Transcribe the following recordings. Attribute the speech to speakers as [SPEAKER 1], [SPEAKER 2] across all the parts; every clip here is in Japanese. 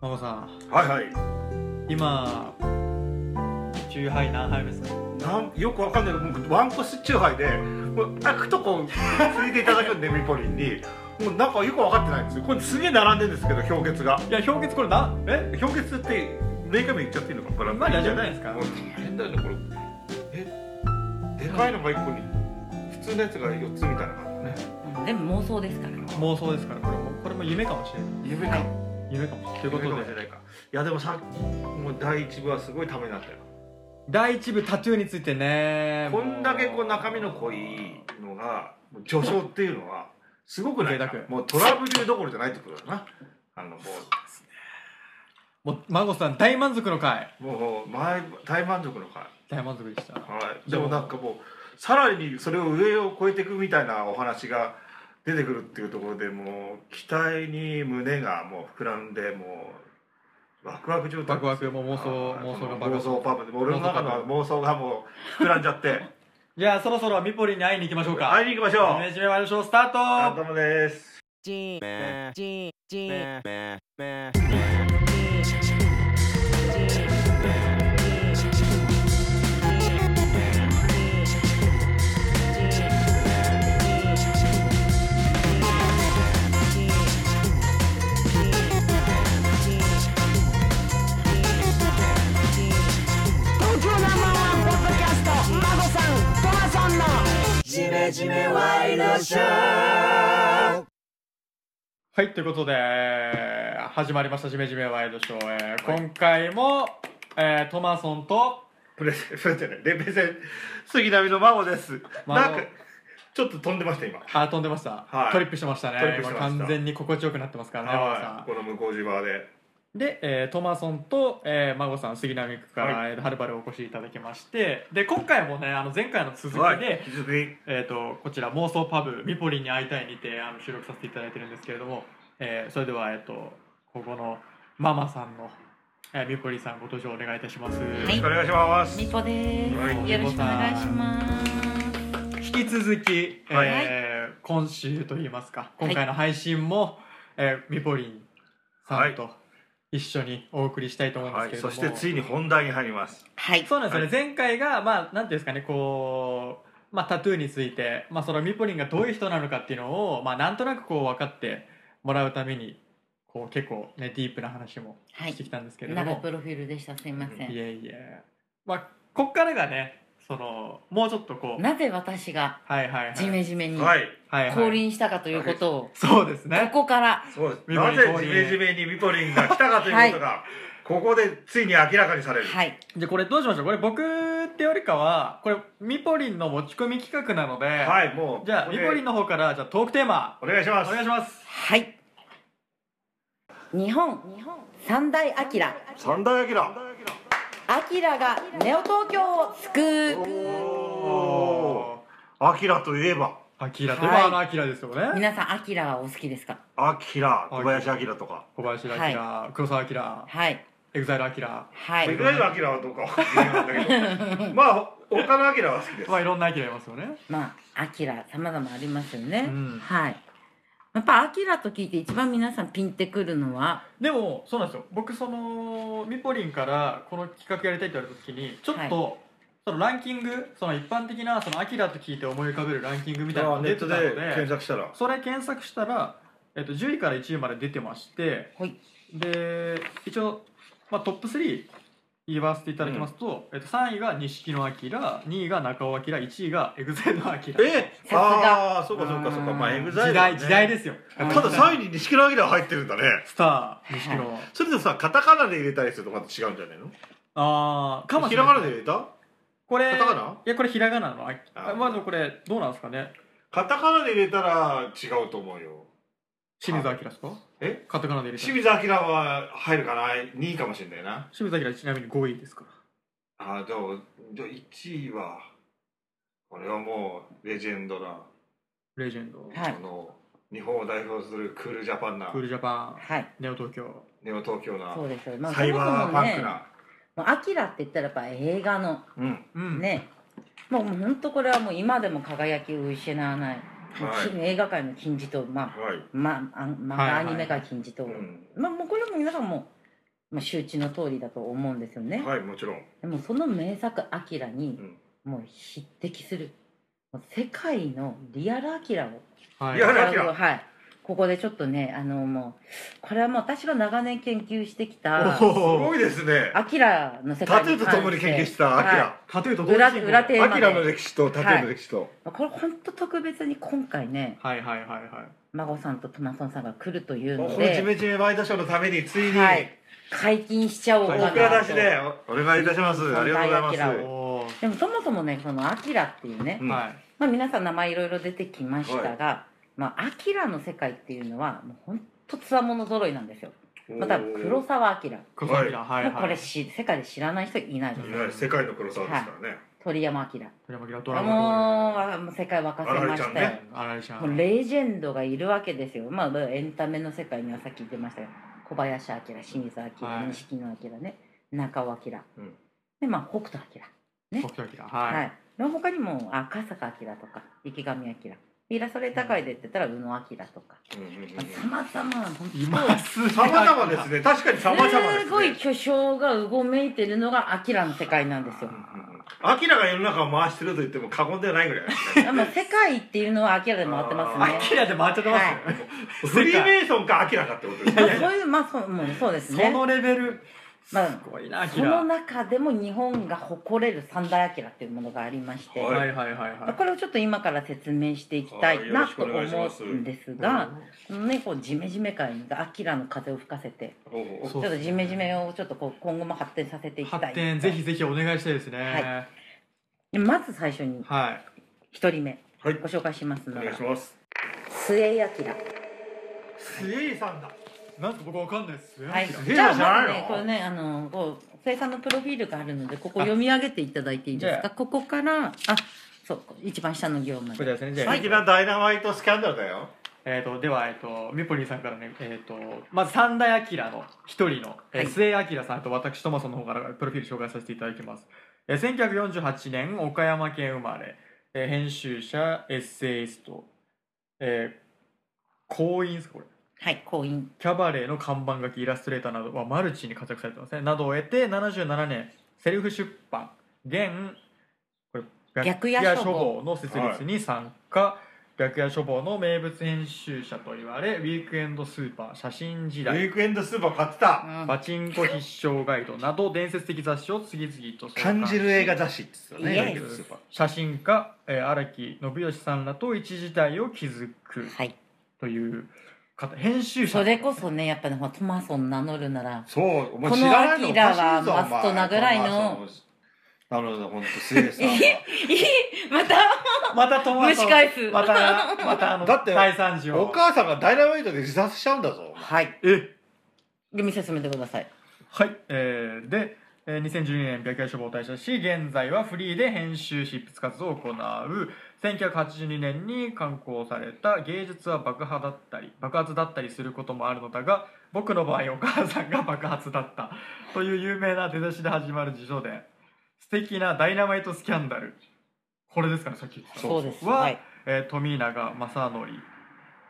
[SPEAKER 1] マコさん
[SPEAKER 2] はいはい
[SPEAKER 1] 今チューハイ何杯目ですか
[SPEAKER 2] なんよくわかんないけどもうワンコスチューハイでもう開くとこついていただくんでミポリンにもうなんかよくわかってないんですよこれすげえ並んでるんですけど氷結が
[SPEAKER 1] いや氷結これなえ
[SPEAKER 2] 氷結ってメーカー名言っちゃっていいのかこれ
[SPEAKER 1] まあいいんじゃないですか
[SPEAKER 2] もう大変だよねこれえでかいのが1個に普通のやつが4つみたいな感じね
[SPEAKER 3] 全部妄想ですから
[SPEAKER 1] 妄想ですからこれもこれも夢かもしれない
[SPEAKER 2] 夢か
[SPEAKER 1] 夢かもしれないという
[SPEAKER 2] 夢か
[SPEAKER 1] こと
[SPEAKER 2] もし
[SPEAKER 1] で
[SPEAKER 2] れないかいやでもさもう第一部はすごいためになったよ
[SPEAKER 1] 第一部タトゥーについてね
[SPEAKER 2] こんだけこう中身
[SPEAKER 1] の
[SPEAKER 2] の濃いのがもう序章っていうのはすごくない
[SPEAKER 1] 贅沢
[SPEAKER 2] もうトラブルどころじゃないってことだなあのも
[SPEAKER 1] もうマコさん大満足の回
[SPEAKER 2] うもう前大満足の回、
[SPEAKER 1] 大満足でした
[SPEAKER 2] はい、でもなんかもうさらにそれを上を超えていくみたいなお話が出てくるっていうところでもう期待に胸がもう膨らんでもうワクワク状態
[SPEAKER 1] ワクワクもう妄想
[SPEAKER 2] はい
[SPEAKER 1] 妄想が
[SPEAKER 2] この妄想パブで俺の中の妄想がもう膨らんじゃって
[SPEAKER 1] じゃあそろそろミポリンに会いに行きましょうか
[SPEAKER 2] 会いに行きましょ
[SPEAKER 1] 夢
[SPEAKER 2] う
[SPEAKER 1] じめましょうスタート
[SPEAKER 2] あどうもです
[SPEAKER 4] 東京ナンバーワンポッドキャスト孫さんトマソンの
[SPEAKER 1] はい、ということで、始まりました、じめじめワイドショー。えー今回も、えートマソンと、
[SPEAKER 2] プレゼン、 プレゼンじゃない、レペゼン、杉並の孫です。
[SPEAKER 1] 孫
[SPEAKER 2] なんか、ちょっと飛んでました、今。
[SPEAKER 1] あ、飛んでました、
[SPEAKER 2] はい
[SPEAKER 1] トリップしてましたね。
[SPEAKER 2] トリップしてました
[SPEAKER 1] 今完全に心地よくなってますからね、孫
[SPEAKER 2] は
[SPEAKER 1] さ
[SPEAKER 2] い、この向こう島で。
[SPEAKER 1] ん。で、えートマソンと、えー、孫さん、杉並区から、
[SPEAKER 2] は
[SPEAKER 1] えーはるばるお越しいただきまして、で、今回もね、あの、前回の続きで、
[SPEAKER 2] はい、引き続き。
[SPEAKER 1] えーと、こちら、妄想パブ、ミポリンに会いたいにて、あの、収録させていただいてるんですけれども、えーそれでは、えっ、と、ここの、ママさんの、えーミポリンさん、ご登場お願いいたします。
[SPEAKER 3] い
[SPEAKER 2] よろしくお願いします。
[SPEAKER 3] みぽで
[SPEAKER 2] はい
[SPEAKER 3] すよろしくお願いします
[SPEAKER 1] 引き続き、
[SPEAKER 2] はい
[SPEAKER 1] えー今週といいますか今回の配信も、えー、ミポリンさんと一緒にお送りしたいと思うんで
[SPEAKER 2] は
[SPEAKER 1] すけ
[SPEAKER 2] い、
[SPEAKER 1] れど
[SPEAKER 2] そ
[SPEAKER 1] も、
[SPEAKER 2] してついに本題に入ります。
[SPEAKER 3] はい
[SPEAKER 1] そうなんですよね、
[SPEAKER 2] は
[SPEAKER 1] 前回がまあなんていうんですかねこう、まあ、タトゥーについて、まあ、そのミポリンがどういう人なのかっていうのを、まあ、なんとなくこう分かってもらうためにこう結構ねディープな話も
[SPEAKER 3] はい
[SPEAKER 1] してきたんですけれども、
[SPEAKER 3] 長いプロフィールでしたすいませ
[SPEAKER 1] い、
[SPEAKER 3] ん
[SPEAKER 1] えいえまあこっからがねそのもうちょっとこう
[SPEAKER 3] なぜ私が
[SPEAKER 1] はいはいはい
[SPEAKER 3] ジメジメに
[SPEAKER 2] はい、
[SPEAKER 1] はいは
[SPEAKER 3] 降
[SPEAKER 1] い
[SPEAKER 3] 臨したかということを
[SPEAKER 1] そうですね
[SPEAKER 3] ここから
[SPEAKER 2] そうです。
[SPEAKER 1] ミポ
[SPEAKER 2] な
[SPEAKER 1] リン
[SPEAKER 2] ぜジメジメにミポリンが来たかということが、ここでついに明らかにされる。
[SPEAKER 3] はい
[SPEAKER 1] じゃあこれどうしましょうこれ僕ってよりかはこれミポリンの持ち込み企画なので、
[SPEAKER 2] はい、もう。
[SPEAKER 1] じゃあ
[SPEAKER 2] ここ
[SPEAKER 1] ミ
[SPEAKER 2] で
[SPEAKER 1] ポリンの方からじゃあトークテーマ
[SPEAKER 2] お願いし
[SPEAKER 1] お
[SPEAKER 2] ます。
[SPEAKER 1] 願いします
[SPEAKER 3] はい日本三大アキラ
[SPEAKER 2] 三大アキラ。
[SPEAKER 3] アキラがネオ東京を救
[SPEAKER 2] おー。アキラといえば、
[SPEAKER 1] アキラといえ
[SPEAKER 3] はい
[SPEAKER 1] ばあのアキラですよね、
[SPEAKER 3] う皆さんアキラはお好きですか
[SPEAKER 2] アキラ、小林アキラとか。
[SPEAKER 1] 小林アキラ、黒沢アキラ
[SPEAKER 3] はい
[SPEAKER 1] エグザイルアキラ
[SPEAKER 3] は
[SPEAKER 2] エ
[SPEAKER 3] い
[SPEAKER 2] グザイルアキラはどうかわかんないんだ けどまあ他のアキラは好きです
[SPEAKER 1] まあいろんなアキラいますよね
[SPEAKER 3] まあ、アキラ、様々ありますよね。
[SPEAKER 1] うん
[SPEAKER 3] はい。やっぱ、アキラと聞いて一番皆さんピンってくるのは、
[SPEAKER 1] でもそうなんですよ僕そのミポリンからこの企画やりたいって言われた時にちょっと、そのランキングその一般的なそのアキラと聞いて思い浮かべるランキングみたいなのが
[SPEAKER 2] ネ
[SPEAKER 1] 出て
[SPEAKER 2] ッ
[SPEAKER 1] た
[SPEAKER 2] ト
[SPEAKER 1] の
[SPEAKER 2] で
[SPEAKER 1] で
[SPEAKER 2] 検索したら
[SPEAKER 1] それ検索したら、えっと、10位から1位まで出てまして、
[SPEAKER 3] はい
[SPEAKER 1] で一応、まあ、トップ3言わせていただきますと、えっと、3位が錦野明2位が中尾明1位がエグザイルの明
[SPEAKER 2] え
[SPEAKER 3] さすが
[SPEAKER 2] ああそうかそうかそうかまあ
[SPEAKER 3] うん
[SPEAKER 2] エグザイ
[SPEAKER 1] 時
[SPEAKER 2] ルだね
[SPEAKER 1] 代時代ですよ
[SPEAKER 2] た
[SPEAKER 3] うん
[SPEAKER 2] だ3位に錦野アキラが入ってるんだね
[SPEAKER 1] スター錦野、
[SPEAKER 2] それでもさカタカナで入れたりするとまた違うんじゃないの
[SPEAKER 1] ああかもし
[SPEAKER 2] ひ
[SPEAKER 1] れ
[SPEAKER 2] ら
[SPEAKER 1] ない
[SPEAKER 2] がなで入れた
[SPEAKER 1] これ
[SPEAKER 2] カタカナ
[SPEAKER 1] いやこれひらがなのあ
[SPEAKER 2] あー
[SPEAKER 1] まあでもこれどうなんですかね
[SPEAKER 2] カタカナで入れたら違うと思うよ
[SPEAKER 1] 清水明ですか
[SPEAKER 2] え
[SPEAKER 1] カタカナで入れて
[SPEAKER 2] 清水アキラは入るかな2位かもしれないな
[SPEAKER 1] 清水明ちなみに5位ですから
[SPEAKER 2] ああでもじゃあ1位はこれはもうレジェンドだ
[SPEAKER 1] レジェンド、
[SPEAKER 3] はい
[SPEAKER 2] あの日本を代表するクールジャパンな
[SPEAKER 1] クールジャパン
[SPEAKER 3] はい。
[SPEAKER 1] ネオ東京
[SPEAKER 2] ネオ東京な
[SPEAKER 3] そうですよ。まあ、
[SPEAKER 2] サイバーパンク
[SPEAKER 3] そもそもね
[SPEAKER 2] な、
[SPEAKER 3] もうアキラって言ったらやっぱ映画の
[SPEAKER 2] うん、
[SPEAKER 1] うん
[SPEAKER 3] ね、もうもう本当これはもう今でも輝きを失わない、もう
[SPEAKER 2] はい
[SPEAKER 3] き映画界の金字塔、まあ、
[SPEAKER 2] はい、
[SPEAKER 3] まあ、あ漫
[SPEAKER 1] はい
[SPEAKER 3] 画
[SPEAKER 1] は
[SPEAKER 3] ア
[SPEAKER 1] い
[SPEAKER 3] ニメ界金字塔。
[SPEAKER 2] うん、
[SPEAKER 3] まあ、もうこれも皆さんもまあ、周知の通りだと思うんですよね、
[SPEAKER 2] はいもちろん
[SPEAKER 3] でもその名作「アキラに
[SPEAKER 2] うん
[SPEAKER 3] もう匹敵するもう世界のリアルアキラを
[SPEAKER 1] はい
[SPEAKER 2] いやラキラ
[SPEAKER 3] はい、ここでちょっとねあのもうこれはもう私が長年研究してきた
[SPEAKER 1] お
[SPEAKER 2] すごいですね
[SPEAKER 3] アキラの世界
[SPEAKER 2] タトゥーとともに研究してたアキ
[SPEAKER 3] は
[SPEAKER 2] ラ
[SPEAKER 1] タトゥーと同時
[SPEAKER 3] 裏
[SPEAKER 1] 進行
[SPEAKER 3] 裏テー
[SPEAKER 2] ア
[SPEAKER 3] マ
[SPEAKER 2] キ
[SPEAKER 3] で
[SPEAKER 2] ラの歴史とタトゥーの歴史と
[SPEAKER 3] これ本当特別に今回ね
[SPEAKER 1] はいはいはいはい
[SPEAKER 3] 孫さんとトマソンさんが来るという
[SPEAKER 2] もう
[SPEAKER 3] の
[SPEAKER 2] このジ
[SPEAKER 3] で、
[SPEAKER 2] メジメワイドショーのためについに
[SPEAKER 3] はい、解禁しちゃおうか
[SPEAKER 2] お
[SPEAKER 3] な
[SPEAKER 2] 蔵出し
[SPEAKER 3] と
[SPEAKER 2] でおお願いいたしますありがとうございま
[SPEAKER 3] アキ
[SPEAKER 2] す
[SPEAKER 3] ラ
[SPEAKER 1] お
[SPEAKER 3] を
[SPEAKER 1] おー、
[SPEAKER 3] でもそもそもねその「アキラっていうね、
[SPEAKER 2] うん
[SPEAKER 1] はい
[SPEAKER 3] まあ、皆さん名前いろいろ出てきましたが、まあ、アキラの世界っていうのはもう本当つわもの揃いなんですよまた黒澤明
[SPEAKER 1] クロミラはいはい
[SPEAKER 3] もうこれし世界で知らない人いないです
[SPEAKER 2] いわゆる世界の黒沢ですからね、
[SPEAKER 3] 鳥山明
[SPEAKER 1] クロミラドラ
[SPEAKER 3] もう
[SPEAKER 1] マ
[SPEAKER 3] わ世界沸かせまし
[SPEAKER 2] あられちゃん
[SPEAKER 3] たよ、
[SPEAKER 2] ね
[SPEAKER 1] あられちゃ
[SPEAKER 3] もうんレジェンドがいるわけですよまあまあエンタメの世界にはさっき言ってましたが小林明清水
[SPEAKER 1] はい
[SPEAKER 3] 明錦野明ね中尾明、
[SPEAKER 2] うん
[SPEAKER 3] でまあ北斗明ね
[SPEAKER 1] 北斗晶はい、
[SPEAKER 3] はい、で他にも赤坂明とか池上彰イラストレーター界でって言ったら宇野明とか
[SPEAKER 2] うんうんうん
[SPEAKER 3] さまざま
[SPEAKER 1] いますね
[SPEAKER 2] 様々ですね確かに様々ですね
[SPEAKER 3] すごい巨匠がうごめいてるのが明の世界なんですよ
[SPEAKER 2] アキラが世の中を回してると言っても過言ではないぐらいですね
[SPEAKER 3] でも世界っていうのは明で回ってますね
[SPEAKER 1] アキラで回っちゃってますよ、
[SPEAKER 2] フリーメイソンかアキラかってことです
[SPEAKER 3] まあ
[SPEAKER 2] ね
[SPEAKER 3] そういうまあそうもうそうですね
[SPEAKER 1] そのレベルす
[SPEAKER 3] まあ
[SPEAKER 1] ごいなアキ
[SPEAKER 3] その
[SPEAKER 1] ラ
[SPEAKER 3] 中でも日本が誇れる三大アキラっていうものがありまして、
[SPEAKER 2] は
[SPEAKER 1] はいはいはいはい
[SPEAKER 3] これをちょっと今から説明していきたいなと思うんですが、このねこうジメジメ界がアキラの風を吹かせて、
[SPEAKER 2] おうおう
[SPEAKER 1] そ
[SPEAKER 3] ちょ
[SPEAKER 1] う
[SPEAKER 3] っとジメジメをちょっとこう今後も発展させていきたい。
[SPEAKER 1] 発展ぜひぜひお願いしたいですね
[SPEAKER 3] でまず最初に
[SPEAKER 1] はい、
[SPEAKER 3] 一人目
[SPEAKER 2] はい
[SPEAKER 3] ご紹介します
[SPEAKER 2] お
[SPEAKER 3] の
[SPEAKER 2] 願い
[SPEAKER 3] が
[SPEAKER 2] します
[SPEAKER 3] 末井明。
[SPEAKER 2] スエイさんだ
[SPEAKER 1] なんか僕わかんないです
[SPEAKER 3] はい。
[SPEAKER 2] 末井明
[SPEAKER 3] じゃあまず
[SPEAKER 2] じゃない
[SPEAKER 3] ね
[SPEAKER 2] の
[SPEAKER 3] これねあのこう末井さんのプロフィールがあるのでここ読み上げていただいていいです
[SPEAKER 1] じ
[SPEAKER 3] か。ここからあそう一番下の行ま
[SPEAKER 1] これ
[SPEAKER 3] で。
[SPEAKER 1] ですねじゃあ
[SPEAKER 2] 素敵なダイナマイトスキャンダルだよ
[SPEAKER 1] えー、とでは、えー、とミポリンさんからね、えー、とまず三大ラの一人の、えー
[SPEAKER 3] はい
[SPEAKER 1] 末井明さんと私トマソンの方からプロフィール紹介させていただきます、えー、1948年岡山県生まれ、えー編集者エッセイスト、えー、行員ですかこれ
[SPEAKER 3] はい婚姻。
[SPEAKER 1] キャバレーの看板書きイラストレーターなどはマルチに活躍されてますねなどを得て77年セルフ出版現これ
[SPEAKER 3] 白夜書房
[SPEAKER 1] の設立に参加、白夜書房の名物編集者と言われウィークエンドスーパー写真時
[SPEAKER 2] ウィ
[SPEAKER 1] 代
[SPEAKER 2] ークエンドスーパー買ってた
[SPEAKER 3] うん
[SPEAKER 1] パチンコ必勝ガイドなど伝説的雑誌を次々と創刊
[SPEAKER 2] 感じる映画雑誌って言ってたね
[SPEAKER 3] イ
[SPEAKER 2] ウィー
[SPEAKER 3] エ
[SPEAKER 2] クエ
[SPEAKER 3] ー
[SPEAKER 2] ンド
[SPEAKER 3] イ
[SPEAKER 2] スーパー
[SPEAKER 1] 写真家えー荒、木信義さんらと一時代を築く
[SPEAKER 3] はい。
[SPEAKER 1] という方編集者
[SPEAKER 3] それこそねやっぱねほらトマソン名乗るなら
[SPEAKER 2] そうお前
[SPEAKER 3] この
[SPEAKER 2] 知らないの
[SPEAKER 3] ア
[SPEAKER 2] お
[SPEAKER 3] キラ
[SPEAKER 2] かしい
[SPEAKER 3] は
[SPEAKER 2] ぞお前
[SPEAKER 3] マストなぐらいの
[SPEAKER 2] なるほど本当スエイさんは
[SPEAKER 3] また
[SPEAKER 1] また友
[SPEAKER 3] 蒸し返 す。
[SPEAKER 1] また、またあの、
[SPEAKER 2] だって
[SPEAKER 1] 第三次を。
[SPEAKER 2] お母さんがダイナマイトで自殺しちゃうんだぞ
[SPEAKER 3] はい。
[SPEAKER 1] え
[SPEAKER 3] で見せ進めてください。
[SPEAKER 1] はい。えーで、えー2012年白夜処方を退社し、現在はフリーで編集執筆活動を行う。1982年に刊行された芸術は爆破だったり、爆発だったりすることもあるのだが、僕の場合お母さんが爆発だった。という有名な出だしで始まる辞書で、素敵なダイナマイトスキャンダル。これですかね、さっき言ってた。
[SPEAKER 3] そうです。
[SPEAKER 1] は、
[SPEAKER 3] はい。
[SPEAKER 1] えー富永正則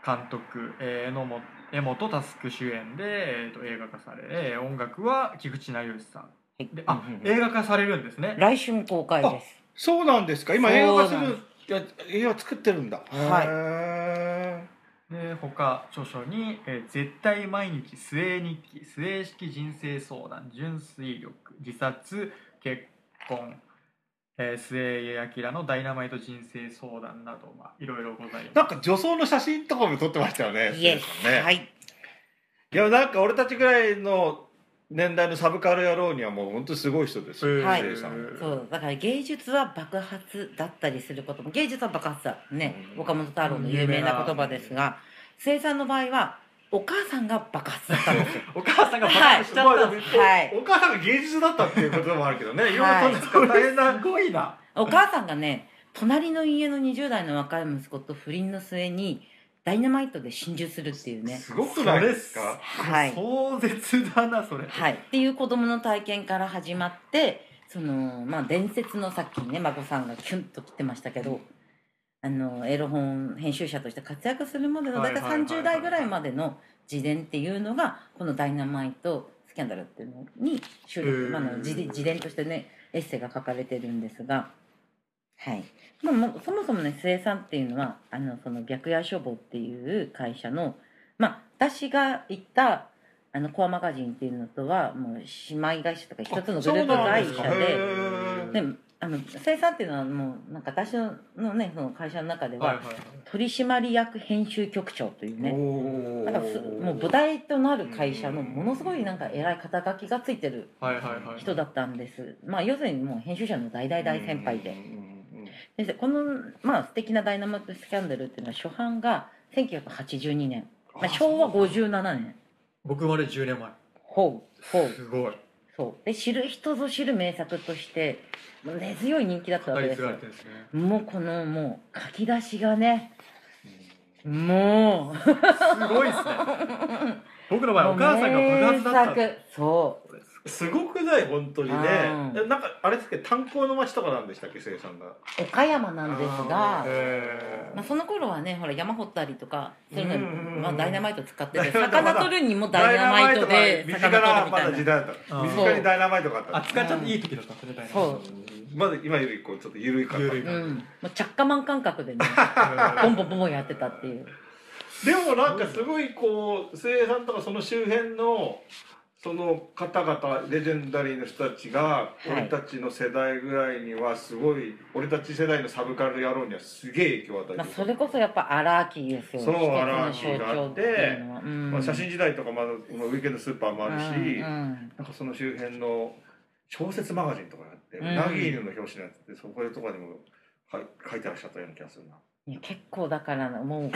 [SPEAKER 1] 監督、えー、榎本江本佑主演で、えー、と映画化され、えー音楽は菊池成吉さん
[SPEAKER 3] はい
[SPEAKER 1] であ、
[SPEAKER 2] うんうんうん
[SPEAKER 1] 映画化されるんですね
[SPEAKER 3] 来春公開です。
[SPEAKER 2] そうなんですか今
[SPEAKER 3] そう
[SPEAKER 2] 映
[SPEAKER 3] な
[SPEAKER 2] 画
[SPEAKER 3] ん
[SPEAKER 2] 化するいや映画作ってるんだ
[SPEAKER 3] は
[SPEAKER 2] へ
[SPEAKER 3] い
[SPEAKER 1] で他著書に、えー絶対毎日末日記末式人生相談純粋力自殺結婚」えー末井明の「ダイナマイト人生相談」など、まあ、いろいろござい
[SPEAKER 2] ー
[SPEAKER 1] ま
[SPEAKER 2] な
[SPEAKER 1] す
[SPEAKER 2] んか女装の写真とかも撮ってましたよね
[SPEAKER 3] イエ
[SPEAKER 2] スエイさ
[SPEAKER 3] ス。
[SPEAKER 2] んね
[SPEAKER 3] はい。
[SPEAKER 2] いやなんか俺たちぐらいの年代のサブカル野郎にはもう本当すごい人ですよ、
[SPEAKER 3] はい
[SPEAKER 2] スエイさん
[SPEAKER 3] そうだから芸術は爆発だったりすることも芸術は爆発だね、
[SPEAKER 2] うん
[SPEAKER 3] 岡本太郎の有名な言葉ですが生産の場合はお母さんが爆発だったん ですよ
[SPEAKER 1] お母さ んが爆発しちゃったんです、
[SPEAKER 3] はい
[SPEAKER 2] お母さんが芸術だったっていうこともあるけどね、いろ
[SPEAKER 3] はい
[SPEAKER 2] いろと大変な
[SPEAKER 1] すごいな
[SPEAKER 3] お母さんがね隣の家の20代の若い息子と不倫の末にダイナマイトで心中するっていうね
[SPEAKER 2] すごくないですか
[SPEAKER 3] はい
[SPEAKER 1] 壮絶だなそれ
[SPEAKER 3] はい、っていう子供の体験から始まってその、まあ、伝説のさっきね孫さんがキュンと来てましたけどあのエロ本編集者として活躍するまでの
[SPEAKER 1] はいはい
[SPEAKER 3] 大体
[SPEAKER 1] はいはい
[SPEAKER 3] 30代ぐらいまでの自伝っていうのがこの「ダイナマイトスキャンダル」っていうのに収
[SPEAKER 1] へ
[SPEAKER 3] 録、
[SPEAKER 1] ー
[SPEAKER 3] まああの自伝自伝としてねエッセイが書かれてるんですが。はい、まあ、もうそもそもね末さんっていうのはあのその白夜消防っていう会社の、まあ、私が行ったあのコアマガジンっていうのとはもう姉妹会社とか一つのグループ会社
[SPEAKER 1] あそうなんで
[SPEAKER 3] で
[SPEAKER 1] すか
[SPEAKER 3] であの生産っていうのはもうなんか私のねその会社の中では、
[SPEAKER 1] はいはいはい
[SPEAKER 3] 取締役編集局長というね
[SPEAKER 2] お
[SPEAKER 3] なんかすもう母体となる会社のものすごいなんか偉い肩書きがついてる
[SPEAKER 1] はいはいはい
[SPEAKER 3] 人だったんです、まあ要するにもう編集者の大大大先輩で。先生この、まあ素敵な「ダイナマイト・スキャンダル」っていうのは初版が1982年、まあ、昭和57年
[SPEAKER 1] 僕まで10年
[SPEAKER 3] ほうほ
[SPEAKER 1] 前
[SPEAKER 3] う
[SPEAKER 1] すごい
[SPEAKER 3] そうで知る人ぞ知る名作としてもう根強い人気だったわ
[SPEAKER 1] 語
[SPEAKER 3] け
[SPEAKER 1] り
[SPEAKER 3] で
[SPEAKER 1] 継
[SPEAKER 3] す
[SPEAKER 1] が
[SPEAKER 3] よ
[SPEAKER 1] れてるんですね
[SPEAKER 3] もうこのもう書き出しがねもう
[SPEAKER 1] すごいですね僕の場合お母さんが爆発だったん
[SPEAKER 3] もう名
[SPEAKER 1] で
[SPEAKER 3] 作そ
[SPEAKER 2] すごくない本当にね
[SPEAKER 3] う
[SPEAKER 2] なんかあれですけど炭鉱の町とかなんでしたっけ生産が
[SPEAKER 3] う岡山なんです
[SPEAKER 2] あ
[SPEAKER 3] が
[SPEAKER 2] ーへ
[SPEAKER 3] まあ、その頃はねほら山掘ったりとかそういうのに、
[SPEAKER 2] うんうんうん
[SPEAKER 3] まあ、ダイナマイト使ってて
[SPEAKER 2] まだま
[SPEAKER 3] 魚
[SPEAKER 2] だ
[SPEAKER 3] 取るにもダイナマイトで
[SPEAKER 2] 身近
[SPEAKER 3] 魚取る
[SPEAKER 2] な
[SPEAKER 3] み
[SPEAKER 2] ま
[SPEAKER 3] た
[SPEAKER 2] だ
[SPEAKER 3] い
[SPEAKER 2] 時代
[SPEAKER 3] な
[SPEAKER 2] だった
[SPEAKER 1] あー
[SPEAKER 2] 身近にダイナマイトがあった
[SPEAKER 1] あ使っちゃっていい時だったんですね大体
[SPEAKER 3] そう
[SPEAKER 2] まず今よりこうちょっと緩い感じ
[SPEAKER 1] 緩い
[SPEAKER 3] うん、もう着火マン感覚で ねボ
[SPEAKER 1] う
[SPEAKER 3] ン
[SPEAKER 1] ん
[SPEAKER 3] ボンボンボンやってたっていう
[SPEAKER 2] でもなんかすごいこう末江さんとかその周辺のその方々レジェンダリーの人たちが
[SPEAKER 3] い
[SPEAKER 2] 俺たちの世代ぐらいにはすごい俺たち世代のサブカル野郎にはすげえ影響を与えてる
[SPEAKER 3] まあ、それこそやっぱ荒木ですよ
[SPEAKER 2] そう
[SPEAKER 3] 季節の
[SPEAKER 2] 荒木があって
[SPEAKER 3] は、うん
[SPEAKER 2] まあ、写真時代とかまだまあウィーケンドスーパーもあるし、
[SPEAKER 3] うん
[SPEAKER 2] なんかその周辺の小説マガジンとかやって、
[SPEAKER 3] うん
[SPEAKER 2] うなぎ犬の表紙のやつってそこでとかでもはい書いてらっしゃったような気がするな。
[SPEAKER 3] うんいや結構だからなも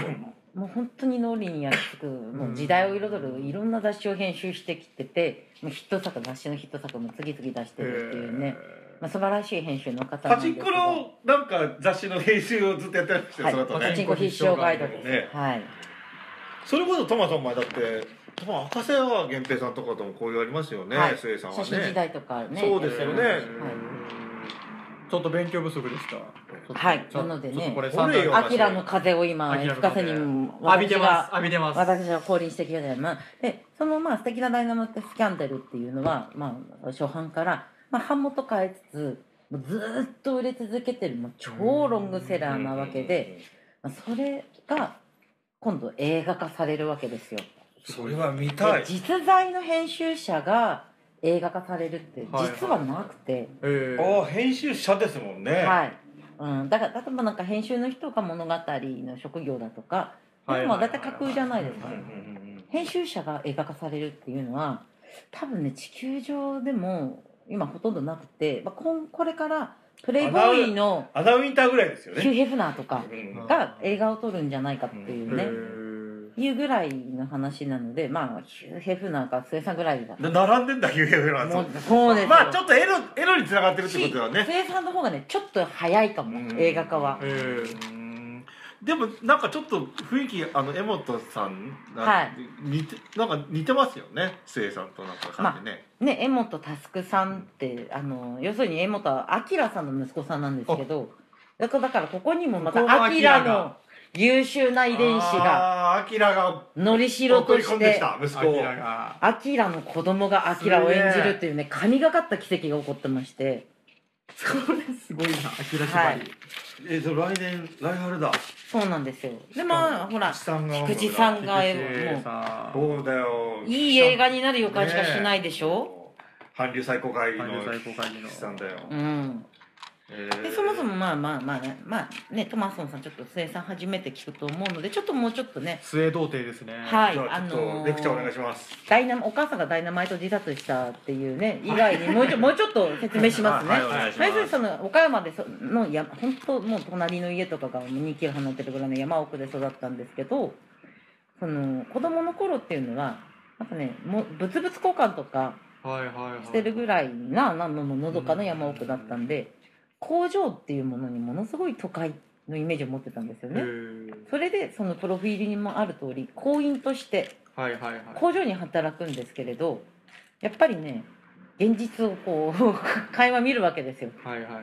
[SPEAKER 3] うもう本当に脳裏にやっつくもう時代を彩るいろんな雑誌を編集してきててもうヒット作雑誌のヒット作も次々出してるっていうね、まあ、素晴らしい編集の方な
[SPEAKER 2] パ
[SPEAKER 3] ん
[SPEAKER 2] チ
[SPEAKER 3] です
[SPEAKER 2] ン
[SPEAKER 3] け
[SPEAKER 2] コ
[SPEAKER 3] ど
[SPEAKER 2] のなんか雑誌の編集をずっとやってらっしゃるそ
[SPEAKER 3] はい
[SPEAKER 2] の後
[SPEAKER 3] パ
[SPEAKER 2] ね
[SPEAKER 3] チンコ必勝ガイドです、
[SPEAKER 2] ね
[SPEAKER 3] はい
[SPEAKER 2] それこそトマさんお前だってトマ赤瀬川源平さんとかとも交流ありますよね、
[SPEAKER 3] はい
[SPEAKER 2] 末さんはね
[SPEAKER 3] 写真時代とかね
[SPEAKER 2] そうですよね、
[SPEAKER 3] はい
[SPEAKER 1] ちょっと勉強不足でした
[SPEAKER 3] はい
[SPEAKER 1] ちょ
[SPEAKER 3] なのでね
[SPEAKER 1] ちょっとこれ
[SPEAKER 2] 掘れよ
[SPEAKER 1] 3
[SPEAKER 3] アキラの風を今
[SPEAKER 1] アキラの
[SPEAKER 3] 深
[SPEAKER 1] 風
[SPEAKER 3] 瀬にも
[SPEAKER 1] 浴びてます浴びてます
[SPEAKER 3] 私が降臨してきたじゃない、まあ、でそのまあ素敵なダイナマイトスキャンダルっていうのは、まあ、初版から、まあ、版元変えつつもうずーっと売れ続けてるもう超ロングセラーなわけで、まあ、それが今度映画化されるわけですよ。
[SPEAKER 2] それは見
[SPEAKER 3] で
[SPEAKER 2] たい
[SPEAKER 3] 実在の編集者が映画化されるって
[SPEAKER 1] はい
[SPEAKER 3] 実はなくて、
[SPEAKER 1] えー
[SPEAKER 2] ああ編集者ですもんね、
[SPEAKER 3] はい。うん、だから例えばなんか編集の人が物語の職業だとか、
[SPEAKER 1] はい
[SPEAKER 3] でも大体架空じゃないです
[SPEAKER 2] う
[SPEAKER 3] か
[SPEAKER 2] んう。ん
[SPEAKER 3] 編集者が映画化されるっていうのは多分ね地球上でも今ほとんどなくて、まあ、こんこれからプレイボーイの
[SPEAKER 2] アナウィンターぐらいですよ
[SPEAKER 3] ヒュー・
[SPEAKER 2] ね、
[SPEAKER 3] ヘフナーとか
[SPEAKER 2] うん
[SPEAKER 1] うん
[SPEAKER 3] が映画を撮るんじゃないかっていうね、
[SPEAKER 1] えー
[SPEAKER 3] いうぐらいの話なのでまあヒュー・ヘフナーか末さんぐらいだ
[SPEAKER 2] な並んでんだヒューヘフナー
[SPEAKER 3] もう
[SPEAKER 2] と
[SPEAKER 3] そうですよ
[SPEAKER 2] まあちょっとエロエロにつながってるってことだね
[SPEAKER 3] 末さんの方がねちょっと早いかも、
[SPEAKER 2] うん
[SPEAKER 3] 映画化は
[SPEAKER 1] え、ー
[SPEAKER 2] うんでもなんかちょっと雰囲気あの江本さんが、
[SPEAKER 3] はい
[SPEAKER 2] 似てなんか似てますよね末さんとなんか感じね、
[SPEAKER 3] ね江本佑さんってあの要するに江本は明さんの息子さんなんですけどだからだからここにもまた
[SPEAKER 1] ここが明
[SPEAKER 3] 明の
[SPEAKER 1] が
[SPEAKER 3] 優秀な遺伝子が
[SPEAKER 2] ああーアキラが
[SPEAKER 3] のりしろ
[SPEAKER 2] 送
[SPEAKER 3] と
[SPEAKER 2] り込
[SPEAKER 3] し
[SPEAKER 2] んでき
[SPEAKER 3] て
[SPEAKER 2] た息子
[SPEAKER 1] アキ
[SPEAKER 2] を
[SPEAKER 1] ラが
[SPEAKER 3] 明の子供が明を演じるっていうね神がかった奇跡が起こってまして
[SPEAKER 1] それすごいなアキラ縛
[SPEAKER 3] はい
[SPEAKER 1] り
[SPEAKER 2] えっと来年来春だ
[SPEAKER 3] そうなんですよでまあほら
[SPEAKER 2] 菊池さんが
[SPEAKER 3] 菊池さんが
[SPEAKER 1] 菊池
[SPEAKER 3] も
[SPEAKER 1] さん
[SPEAKER 2] そうだよ
[SPEAKER 3] ういい映画になる予感しかしないでしょ、
[SPEAKER 2] 韓流最高会議の
[SPEAKER 1] 韓流最高会議の
[SPEAKER 2] 菊池さんだよ、
[SPEAKER 3] うん、
[SPEAKER 2] え
[SPEAKER 3] でそもそもまあまあまあね,、まあ、ねトマソンさんちょっと生産初めて聞くと思うのでちょっともうちょっとね
[SPEAKER 1] スウェー童貞ですね
[SPEAKER 3] はい
[SPEAKER 2] じゃ
[SPEAKER 3] あ
[SPEAKER 2] あちょっ
[SPEAKER 3] の
[SPEAKER 2] とレクチャーお願いします、
[SPEAKER 3] ダイナマお母さんがダイナマイト自殺したっていうね以外に もうちょもうちょっと説明しますね
[SPEAKER 2] はいはいお願いします
[SPEAKER 3] 要するにその岡山でその山本当もう隣の家とかがもう2キロ離れてるぐらいの山奥で育ったんですけどその子供の頃っていうのはなんかねもう物々交換とか
[SPEAKER 1] はいはいはい
[SPEAKER 3] してるぐらいななんののどかの山奥だったんで工場っていうものにものすごい都会のイメージを持ってたんですよ
[SPEAKER 1] へ
[SPEAKER 3] ね。
[SPEAKER 1] ー
[SPEAKER 3] それでそのプロフィールにもある通り工員として
[SPEAKER 1] はいはいはい
[SPEAKER 3] 工場に働くんですけれどやっぱりね現実をこう 会話見るわけですよ
[SPEAKER 1] はいはいはいはい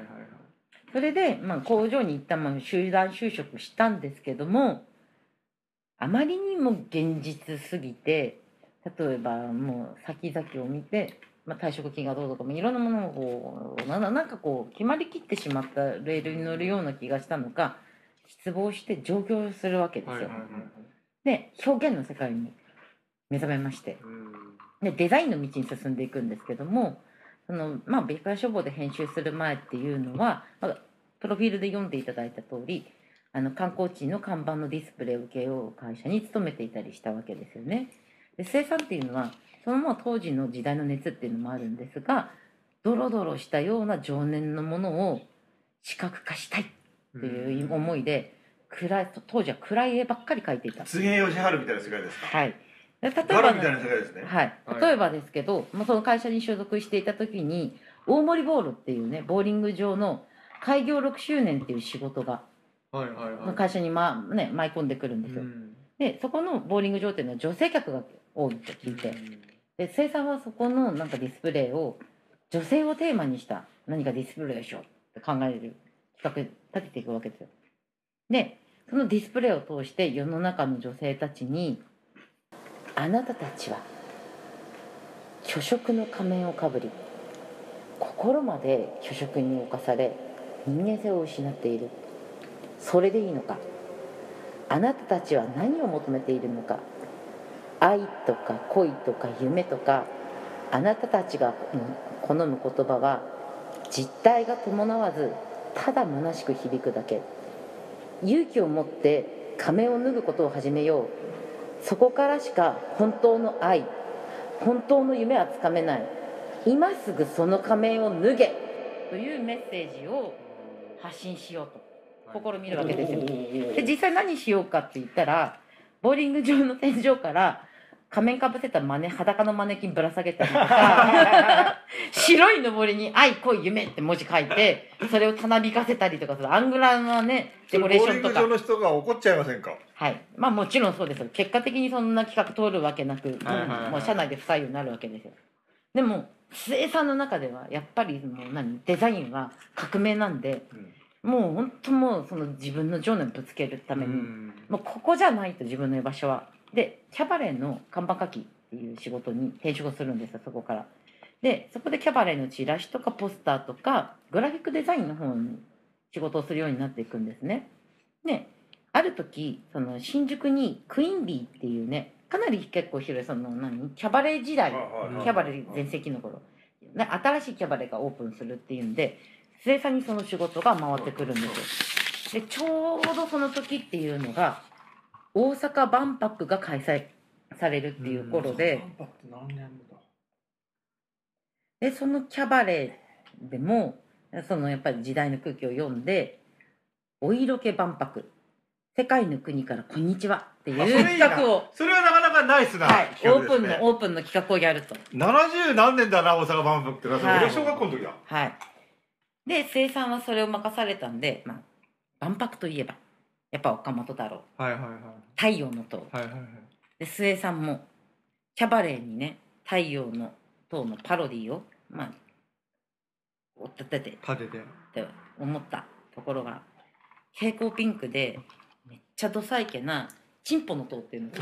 [SPEAKER 3] それで、まあ、工場に一旦まあ集団就職したんですけどもあまりにも現実すぎて例えばもう先々を見て、まあ、退職金がどうとかもいろんなものをこうなななんかこう決まりきってしまったレールに乗るような気がしたのか失望して上京するわけですよ。
[SPEAKER 1] はいはいはい
[SPEAKER 3] で表現の世界に目覚めましてでデザインの道に進んでいくんですけどもその、まあ、美化書房で編集する前っていうのは、まあ、プロフィールで読んでいただいた通りあの観光地の看板のディスプレイを請け負う会社に勤めていたりしたわけですよね。で生産っていうのはそのまま当時の時代の熱っていうのもあるんですがドロドロしたような情念のものを視覚化したいっていう思いで暗い当時は暗い絵ばっかり描いていた。
[SPEAKER 2] 津芸義春みたいな世界ですか
[SPEAKER 3] はい、で例え
[SPEAKER 2] ガ
[SPEAKER 3] ば
[SPEAKER 2] ラみたいな世界ですね
[SPEAKER 3] はい
[SPEAKER 1] は、い
[SPEAKER 3] 例えばですけど、まあ、その会社に所属していた時に大森ボールっていうねボーリング場の開業6周年っていう仕事が、
[SPEAKER 1] はいはい
[SPEAKER 3] まあ
[SPEAKER 1] は
[SPEAKER 3] 会社に、まね、舞い込んでくるん
[SPEAKER 1] い
[SPEAKER 3] です
[SPEAKER 1] う
[SPEAKER 3] よ、
[SPEAKER 1] ん
[SPEAKER 3] でそこのボーリング場っていうのは女性客が多いと聞いて、で生産はそこのなんかディスプレイを女性をテーマにした何かディスプレイをしようって考える企画立てていくわけですよ。でそのディスプレイを通して世の中の女性たちに「あなたたちは虚飾の仮面をかぶり心まで虚飾に侵され人間性を失っているそれでいいのかあなたたちは何を求めているのか」愛とか恋とか夢とかあなたたちがうん好む言葉は実体が伴わずただ虚しく響くだけ勇気を持って仮面を脱ぐことを始めようそこからしか本当の愛本当の夢はつかめない今すぐその仮面を脱げというメッセージを発信しようと試みるわけですよで実際何しようかって言ったらボーリング場の天井から仮面かぶせたマネ裸のマネキンぶら下げたりとか白いのぼりに「愛恋夢」って文字書いてそれをたなびかせたりとかするアングラのね
[SPEAKER 2] そ
[SPEAKER 3] デ
[SPEAKER 2] れボ
[SPEAKER 3] コレーシ
[SPEAKER 2] ー
[SPEAKER 3] ョ
[SPEAKER 2] リ
[SPEAKER 3] ン
[SPEAKER 2] ン
[SPEAKER 3] と
[SPEAKER 2] グ
[SPEAKER 3] か
[SPEAKER 2] 場。の人が怒っちゃいませんか
[SPEAKER 3] はい、まあもちろんそうですよ結果的にそんな企画通るわけなく、
[SPEAKER 1] はいはいはい
[SPEAKER 3] もう社内で不採用になるわけですよでも須江さんの中ではやっぱりもう何デザインは革命なんでもう本当もうその自分の情念ぶつけるために、もうここじゃないと自分の居場所は。でキャバレーの看板書きっていう仕事に転職するんですよそこから。でそこでキャバレーのチラシとかポスターとかグラフィックデザインの方に仕事をするようになっていくんですね。である時その新宿にクイーンビーっていうねかなり結構広いその何キャバレー時代
[SPEAKER 1] うん
[SPEAKER 3] キャバレー全盛期の頃ね新しいキャバレーがオープンするっていうんで末さんにその仕事が回ってくるんですよでちょうどその時っていうのが大阪万博が開催されるっていう頃ででそのキャバレーでもそのやっぱり時代の空気を読んで「お色気万博世界の国からこんにちは」っていう
[SPEAKER 2] あそれいい
[SPEAKER 3] 企
[SPEAKER 2] な
[SPEAKER 3] 画を
[SPEAKER 2] それはなかなかナイスな
[SPEAKER 3] はい
[SPEAKER 2] 企
[SPEAKER 3] オ
[SPEAKER 2] 画
[SPEAKER 3] ー
[SPEAKER 2] で
[SPEAKER 3] プ
[SPEAKER 2] す
[SPEAKER 3] ンの
[SPEAKER 2] ね
[SPEAKER 3] オープンの企画をやると。
[SPEAKER 2] 70何年だな大阪万博って
[SPEAKER 3] はい
[SPEAKER 2] 俺小学校の時だ
[SPEAKER 3] はい。で、生産はそれを任されたんで、まあ、万博といえば、やっぱ岡本太郎、
[SPEAKER 1] はいはいはい
[SPEAKER 3] 太陽の塔。
[SPEAKER 1] はいはいはい
[SPEAKER 3] で、末さんも、キャバレーにね、太陽の塔のパロディーを、まあ、おっ立ててっ
[SPEAKER 1] 立てて
[SPEAKER 3] て思ったところが、蛍光ピンクで、めっちゃドサイケな、チンポの塔っていうの
[SPEAKER 1] お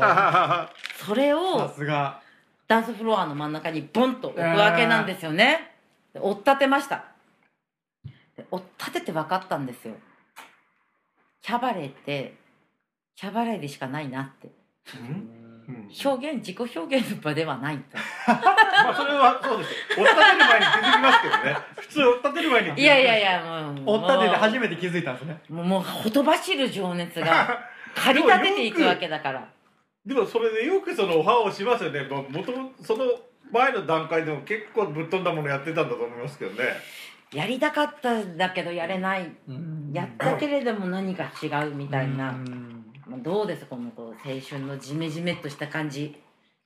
[SPEAKER 1] ー
[SPEAKER 3] それを
[SPEAKER 1] さ、すが
[SPEAKER 3] ダンスフロアの真ん中にボンと置くわけなんですよね。で追っ立てました。で追っ立てて分かったんですよ。キャバレーって、キャバレーでしかないなって。
[SPEAKER 2] うんうん
[SPEAKER 3] 表現、自己表現の場ではないと。
[SPEAKER 2] まあそれはそうです追っ立てる前に気づきますけど ね普通追っ立てる前に気づきます
[SPEAKER 3] いやいやいや、もう。
[SPEAKER 1] 追っ立てて初めて気づいたんですね
[SPEAKER 3] もう、もう、ほとばしる情熱 が、駆り立てていくわけだから。
[SPEAKER 2] でもそれでよくそのオファーをしますよね、まあ、もともとその前の段階でも結構ぶっ飛んだものやってたんだと思いますけどね
[SPEAKER 3] やりたかったんだけどやれない。やったけれども何か違うみたいな。
[SPEAKER 1] うん
[SPEAKER 3] まあどうですこのこう青春のジメジメっとした感じ。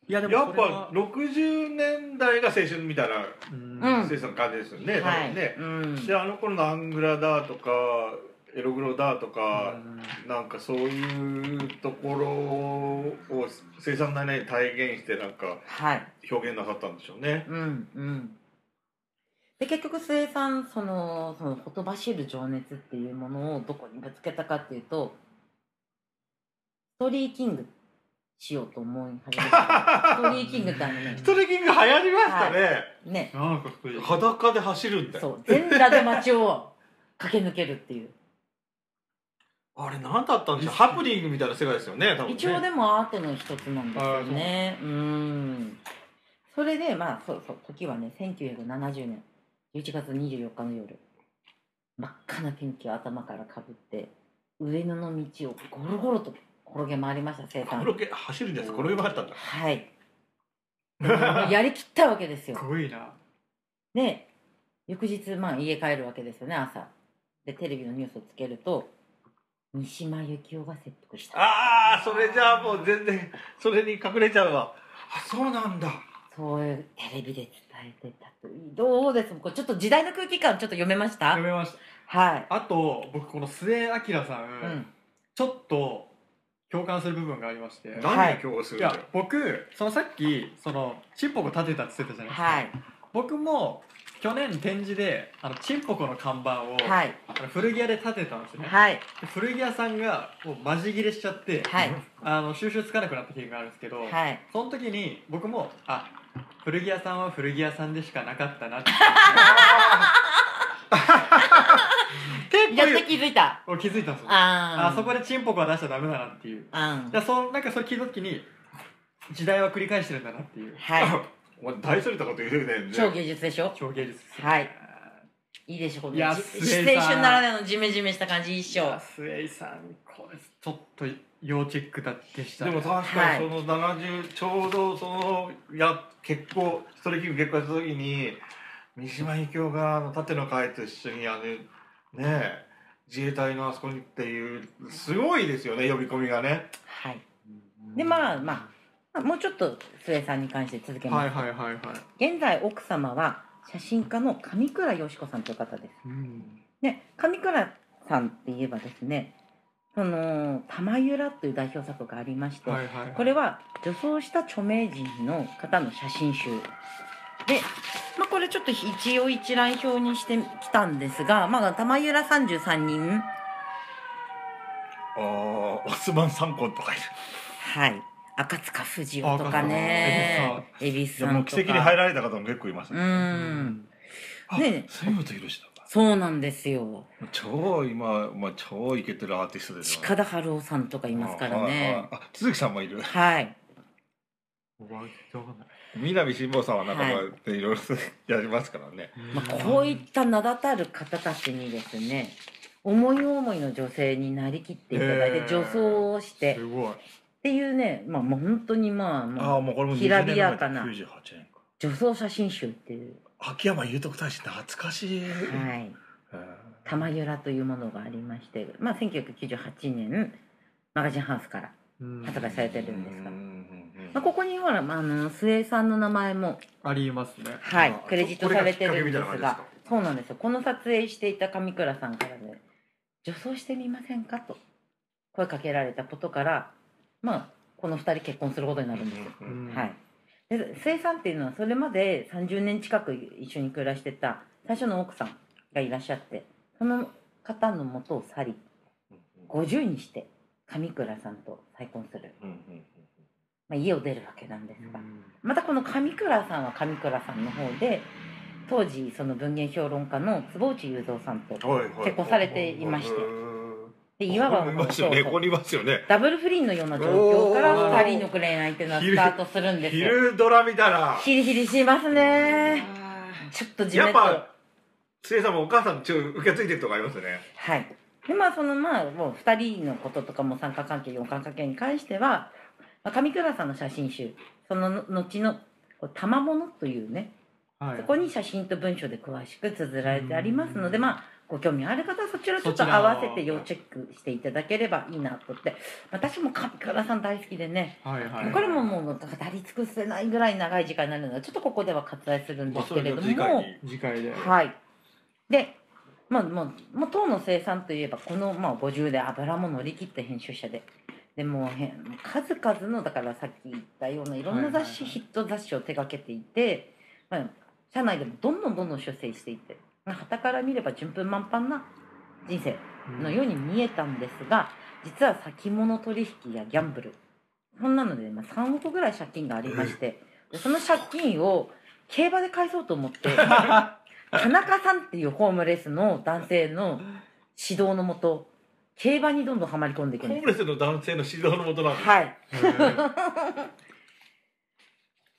[SPEAKER 1] いやで
[SPEAKER 2] や
[SPEAKER 1] も
[SPEAKER 2] っ
[SPEAKER 1] それは
[SPEAKER 2] ぱ60年代が青春みたいな
[SPEAKER 1] うん
[SPEAKER 3] うん
[SPEAKER 2] 生産感じですよね、多
[SPEAKER 3] はい。
[SPEAKER 2] 分ね、
[SPEAKER 3] うん
[SPEAKER 2] であの頃のアングラだとかエログロだとか、なんかそういうところを生産なりに体現してなんか
[SPEAKER 3] はい。
[SPEAKER 2] 表現なさったんでしょうね
[SPEAKER 3] うんうん。で結局末さんそのそのほとばしる情熱っていうものをどこにぶつけたかっていうとトリーキングしようと思い始めた。ストリーキングってあのね
[SPEAKER 2] ス、トレキング流行りましたね、
[SPEAKER 3] ね、
[SPEAKER 1] なんかかっこいい
[SPEAKER 2] 裸で走るんだよ
[SPEAKER 3] そう、全裸で街を駆け抜けるっていう。
[SPEAKER 2] あれ何だったんでしょうハプニングみたいな世界ですよね多分ね
[SPEAKER 3] 一応でもアートの一つなんですよね。うん。それで、まあ、そうそう、時はね、1970年11月24日の夜、真っ赤なペンキを頭からかぶって、上野の道をゴロゴロと転げ回りました、生
[SPEAKER 2] 転
[SPEAKER 3] 産。
[SPEAKER 2] げ走るんです転げ回ったんだ
[SPEAKER 3] はい。やりきったわけですよ
[SPEAKER 1] か。っこいいな
[SPEAKER 3] で翌日まあ家帰るわけですよね朝でテレビのニュースをつけると三島由紀夫が切腹した
[SPEAKER 2] ああそれじゃあもう全然それに隠れちゃうわあそうなんだ
[SPEAKER 3] そういうテレビで伝えてたとどうですこれちょっと時代の空気感ちょっと読めました
[SPEAKER 1] やめました
[SPEAKER 3] はい、
[SPEAKER 1] あと僕この末明さん、
[SPEAKER 3] うん、
[SPEAKER 1] ちょっと共感する部分がありまして
[SPEAKER 2] 何に共感する
[SPEAKER 1] い
[SPEAKER 2] んだよ、
[SPEAKER 1] や僕そのさっきそのチンポコ立てたって言ってたじゃないですか、
[SPEAKER 3] はい
[SPEAKER 1] 僕も去年展示であのチンポコの看板を、
[SPEAKER 3] はい
[SPEAKER 1] あの古着屋で立てたんですね、
[SPEAKER 3] はい
[SPEAKER 1] 古着屋さんがもうマジ切れしちゃって、
[SPEAKER 3] はい
[SPEAKER 1] あの収集つかなくなった日があるんですけど、
[SPEAKER 3] はい
[SPEAKER 1] その時に僕もあ古着屋さんは古着屋さんでしかなかったなって
[SPEAKER 2] 結
[SPEAKER 3] やっ
[SPEAKER 2] 構
[SPEAKER 3] と気づいた
[SPEAKER 1] 気づいたんですよあ
[SPEAKER 3] あー
[SPEAKER 1] そこでチンポコは出しちゃダメだなっていう
[SPEAKER 3] うん
[SPEAKER 1] だからそうなんかそれ聞いた時に時代は繰り返してるんだなっていう
[SPEAKER 3] は
[SPEAKER 2] お前大それたこと言うね
[SPEAKER 3] い超芸術でしょ
[SPEAKER 1] 超芸術ですね
[SPEAKER 3] はいいいでしょこの
[SPEAKER 1] いや
[SPEAKER 3] じ
[SPEAKER 1] すげえ
[SPEAKER 3] 青
[SPEAKER 1] さ
[SPEAKER 3] 春ならではのジメジメした感じ一
[SPEAKER 1] いや
[SPEAKER 3] 生
[SPEAKER 1] スエイさんこれちょっと要チェックだでした
[SPEAKER 2] で
[SPEAKER 1] ね
[SPEAKER 2] も確かにその70、ちょうどそのや結婚ストレキング結婚した時に三島由紀夫があの盾の会と一緒にあのねえ自衛隊のあそこにっていうすごいですよね呼び込みがね
[SPEAKER 3] はいでまあまあもうちょっと末さんに関して続けます
[SPEAKER 1] はいはいはいはい、
[SPEAKER 3] 現在奥様は写真家の上倉佳子さんという方です。
[SPEAKER 1] うん、
[SPEAKER 3] ね、上倉さんって言えばですね、その玉浦という代表作がありまして、
[SPEAKER 1] はいはいはい
[SPEAKER 3] これは女装した著名人の方の写真集で、まあ、これちょっと一応一覧表にしてきたんですが、まあ、玉浦33人、
[SPEAKER 2] ああオスマン三婚とかいる
[SPEAKER 3] はい、赤塚不二夫とか
[SPEAKER 1] 赤
[SPEAKER 3] ね、恵比寿さんとか。
[SPEAKER 2] られた方も結構いまし
[SPEAKER 3] う
[SPEAKER 1] うん
[SPEAKER 3] ん、ねえ
[SPEAKER 2] 杉本博士だ
[SPEAKER 3] そうなんですよ。
[SPEAKER 2] 超今、まあ、超イケてるアーティストで
[SPEAKER 3] 近田春夫さんとかいますからね。
[SPEAKER 2] あ鈴木さんもいる
[SPEAKER 3] はい。
[SPEAKER 1] 僕はどうかんない
[SPEAKER 2] 南辛坊さんは
[SPEAKER 3] 仲間
[SPEAKER 2] でいろいろやりますからね、
[SPEAKER 3] まあ、こういった名だたる方たちにですね、思い思いの女性になりきっていただい
[SPEAKER 1] へ
[SPEAKER 3] て、
[SPEAKER 1] ー
[SPEAKER 3] 女装をして、っ
[SPEAKER 1] すごい
[SPEAKER 3] ていうね、まあ、もう本当にまあ、
[SPEAKER 2] あ
[SPEAKER 3] まあ
[SPEAKER 2] あもうこれも
[SPEAKER 3] きらびやかな
[SPEAKER 2] 20年前98年か
[SPEAKER 3] 女装写真集っていう、
[SPEAKER 2] 秋山裕徳大使懐かしい、
[SPEAKER 3] はい、
[SPEAKER 2] うん
[SPEAKER 3] 玉ゆらというものがありまして、まあ、1998年、マガジンハウスから
[SPEAKER 1] うん
[SPEAKER 3] 発売されてるんですが、
[SPEAKER 2] うんう
[SPEAKER 3] ま
[SPEAKER 2] んうん
[SPEAKER 3] あ、ここにほら、まあ、あの、末江さんの名前も、
[SPEAKER 1] ありますね
[SPEAKER 3] はい
[SPEAKER 2] あ、
[SPEAKER 3] クレジットされてる
[SPEAKER 2] これがきっかけみ
[SPEAKER 3] んです
[SPEAKER 2] たいな
[SPEAKER 3] が
[SPEAKER 2] 感じですか
[SPEAKER 3] そうなんですよこの撮影していた上倉さんからね「女装してみませんか?」と声かけられたことからまあこの2人結婚することになるんですよ、
[SPEAKER 2] うんうん
[SPEAKER 1] うん
[SPEAKER 3] はいで末さんっていうのはそれまで30年近く一緒に暮らしてた最初の奥さんがいらっしゃってその方の元を去り50にして上倉さんと再婚する、
[SPEAKER 2] うんうんうん
[SPEAKER 3] まあ、家を出るわけなんです
[SPEAKER 1] う
[SPEAKER 3] が、
[SPEAKER 1] ん
[SPEAKER 3] またこの上倉さんは上倉さんの方で当時その文芸評論家の坪内雄三さんと
[SPEAKER 2] はいはい
[SPEAKER 3] 結婚されていまして
[SPEAKER 2] うん
[SPEAKER 3] でいわば
[SPEAKER 2] ここにい
[SPEAKER 3] もう
[SPEAKER 2] ます
[SPEAKER 3] そう
[SPEAKER 2] よねこ
[SPEAKER 3] そ
[SPEAKER 2] こ
[SPEAKER 3] う
[SPEAKER 2] にいますよね
[SPEAKER 3] ダブル不倫のような状況か
[SPEAKER 1] お
[SPEAKER 3] ら
[SPEAKER 1] ー
[SPEAKER 3] 二人の恋愛っていうのはスタートするんですよ
[SPEAKER 2] 昼ドラ見たら
[SPEAKER 3] ヒリヒリしますねちょっとじ
[SPEAKER 2] や
[SPEAKER 3] め
[SPEAKER 2] っ
[SPEAKER 3] っと
[SPEAKER 2] ぱ杉江さんもお母さんちょ受け継いでるとかありますよね
[SPEAKER 3] はいでまあそのまあもう二人のこととかも三角関係四角関係に関してはまあ上倉さんの写真集その後のこう「賜物というね
[SPEAKER 1] はい
[SPEAKER 3] そこに写真と文章で詳しく綴られてありますので、
[SPEAKER 1] うん
[SPEAKER 3] まあ、ご興味ある方はそちらちょっと合わせて要チェックしていただければいいなと思って私も上倉さん大好きでね、
[SPEAKER 1] はいはい
[SPEAKER 3] これももう語り尽くせないぐらい長い時間になるのでちょっとここでは割愛するんですけれども、
[SPEAKER 1] 次回で
[SPEAKER 3] はいでまあもうもう当の生産といえばこの、まあ、50で油も乗り切って編集者で。でもうへん数々のだからさっき言ったようないろんな雑誌、
[SPEAKER 1] はいはいはい
[SPEAKER 3] ヒット雑誌を手掛けていて、まあ、社内でもどんどんどんどん出世していってはたから見れば順風満帆な人生のように見えたんですが、実は先物取引やギャンブルそんなので、まあ、3億ぐらい借金がありましてでその借金を競馬で返そうと思って 田中さんっていうホームレスの男性の指導のもと競馬にどんどんはまり込んでいく
[SPEAKER 2] ホ
[SPEAKER 3] ん
[SPEAKER 2] ー
[SPEAKER 3] で
[SPEAKER 2] ムレスの男性の指導のもとなん
[SPEAKER 3] す
[SPEAKER 2] だ
[SPEAKER 3] はい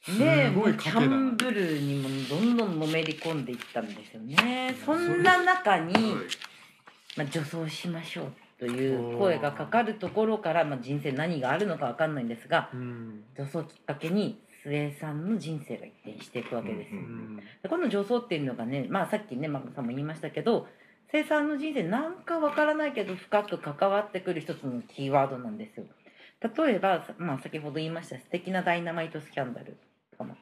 [SPEAKER 1] す
[SPEAKER 3] ねえも
[SPEAKER 1] ご
[SPEAKER 3] う
[SPEAKER 1] い
[SPEAKER 3] キ
[SPEAKER 1] 賭
[SPEAKER 3] ャ
[SPEAKER 1] けだ
[SPEAKER 3] ン
[SPEAKER 1] な
[SPEAKER 3] ブルにもどんどんのめり込んでいったんですよねそんな中に、まあ、女装しましょうという声がかかるところから、まあ、人生何があるのかわかんないんですが
[SPEAKER 1] うん
[SPEAKER 3] 女装きっかけに末江さんの人生が一転していくわけです、
[SPEAKER 2] うん
[SPEAKER 1] うん
[SPEAKER 3] でこの女装っていうのがね、まあ、さっきねマコさんも言いましたけど末江さんの人生なんかわからないけど深く関わってくる一つのキーワードなんですよ例えば、さまあ、先ほど言いました「素敵なダイナマイトスキャンダル」とかも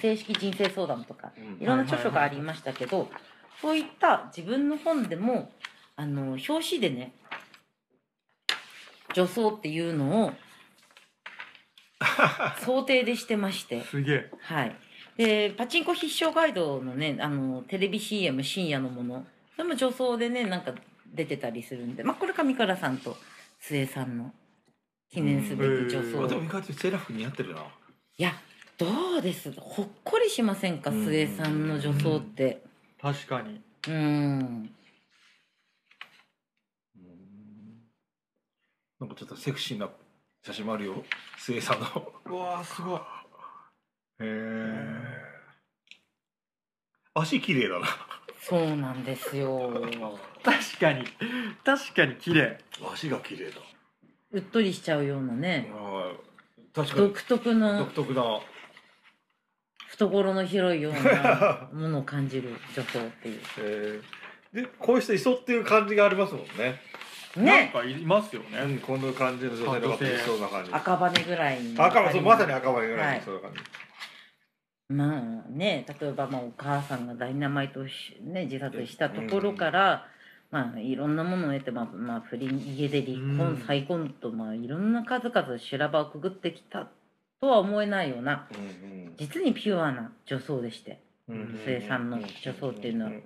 [SPEAKER 3] 正式人生相談とか
[SPEAKER 2] うん
[SPEAKER 3] いろんな著書がありましたけど、そういった自分の本でも、あの、表紙でね、女装っていうのを想定でしてまして、
[SPEAKER 1] すげえ
[SPEAKER 3] はい。で、パチンコ必勝ガイドのね、あの、テレビ CM 深夜のもの、それも女装でね、なんか出てたりするんで、まあ、これ上倉さんと末江さんの記念すべき女
[SPEAKER 1] うん
[SPEAKER 3] 装。
[SPEAKER 1] へー
[SPEAKER 2] でも意外とセーラー服似合ってるない
[SPEAKER 3] や、どうですほっこりしませんか、
[SPEAKER 2] うん
[SPEAKER 3] 末江さんの女装って。
[SPEAKER 1] 確かに
[SPEAKER 3] うん
[SPEAKER 2] なんかちょっとセクシーな写真もあるよ末さんの
[SPEAKER 1] うわーすごいへえ
[SPEAKER 2] 足綺麗だな
[SPEAKER 3] そうなんですよ。
[SPEAKER 1] 確かに確かに綺麗
[SPEAKER 2] 足が綺麗だ
[SPEAKER 3] うっとりしちゃうようなね、
[SPEAKER 2] あー確かに
[SPEAKER 3] 独特の
[SPEAKER 2] 独特な
[SPEAKER 3] 懐の広いよう なものを感じる女装ってい
[SPEAKER 2] えーでこういう人いそうっていう感じがありますもんね。
[SPEAKER 3] う。
[SPEAKER 1] なん
[SPEAKER 3] ね、
[SPEAKER 1] かいますよね
[SPEAKER 2] うん、この感じの女性の方いそうな感じ。
[SPEAKER 3] 赤羽ぐらいに。
[SPEAKER 2] 赤はそうまさに赤羽ぐらい
[SPEAKER 3] はい
[SPEAKER 2] のそうな感じ。
[SPEAKER 3] まあね、例えばまあお母さんがダイナマイトをし、ね、自殺したところから、まあいろんなものを得て、まあ、まあ不倫、家出離
[SPEAKER 1] うん
[SPEAKER 3] 婚、再婚と、まあいろんな数々修羅場をくぐってきたとは思えないような、
[SPEAKER 2] うん
[SPEAKER 3] 実にピュアな女装でして。
[SPEAKER 2] うん
[SPEAKER 1] 末
[SPEAKER 3] さんの女装っていうのは
[SPEAKER 2] んん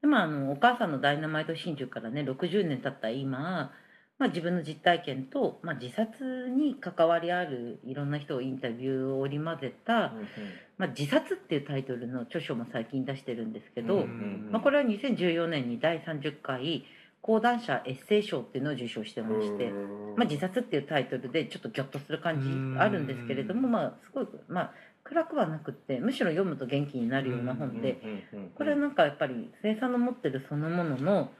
[SPEAKER 3] でまあ、あのお母さんのダイナマイト真珠からね60年経った今、まあ、自分の実体験と、まあ、自殺に関わりあるいろんな人をインタビューを織り交ぜた
[SPEAKER 2] うん
[SPEAKER 3] 「まあ、自殺」っていうタイトルの著書も最近出してるんですけど、
[SPEAKER 2] うんうん
[SPEAKER 3] まあ、これは2014年に第30回講談社エッセイ賞っていうのを受賞してまして、まあ、自殺っていうタイトルでちょっとギョッとする感じあるんですけれども、
[SPEAKER 1] うん
[SPEAKER 3] まあ、すごく、まあ、暗くはなくってむしろ読むと元気になるような本で。
[SPEAKER 2] うんうんうん
[SPEAKER 3] これはなんかやっぱり生産の持ってるそのものの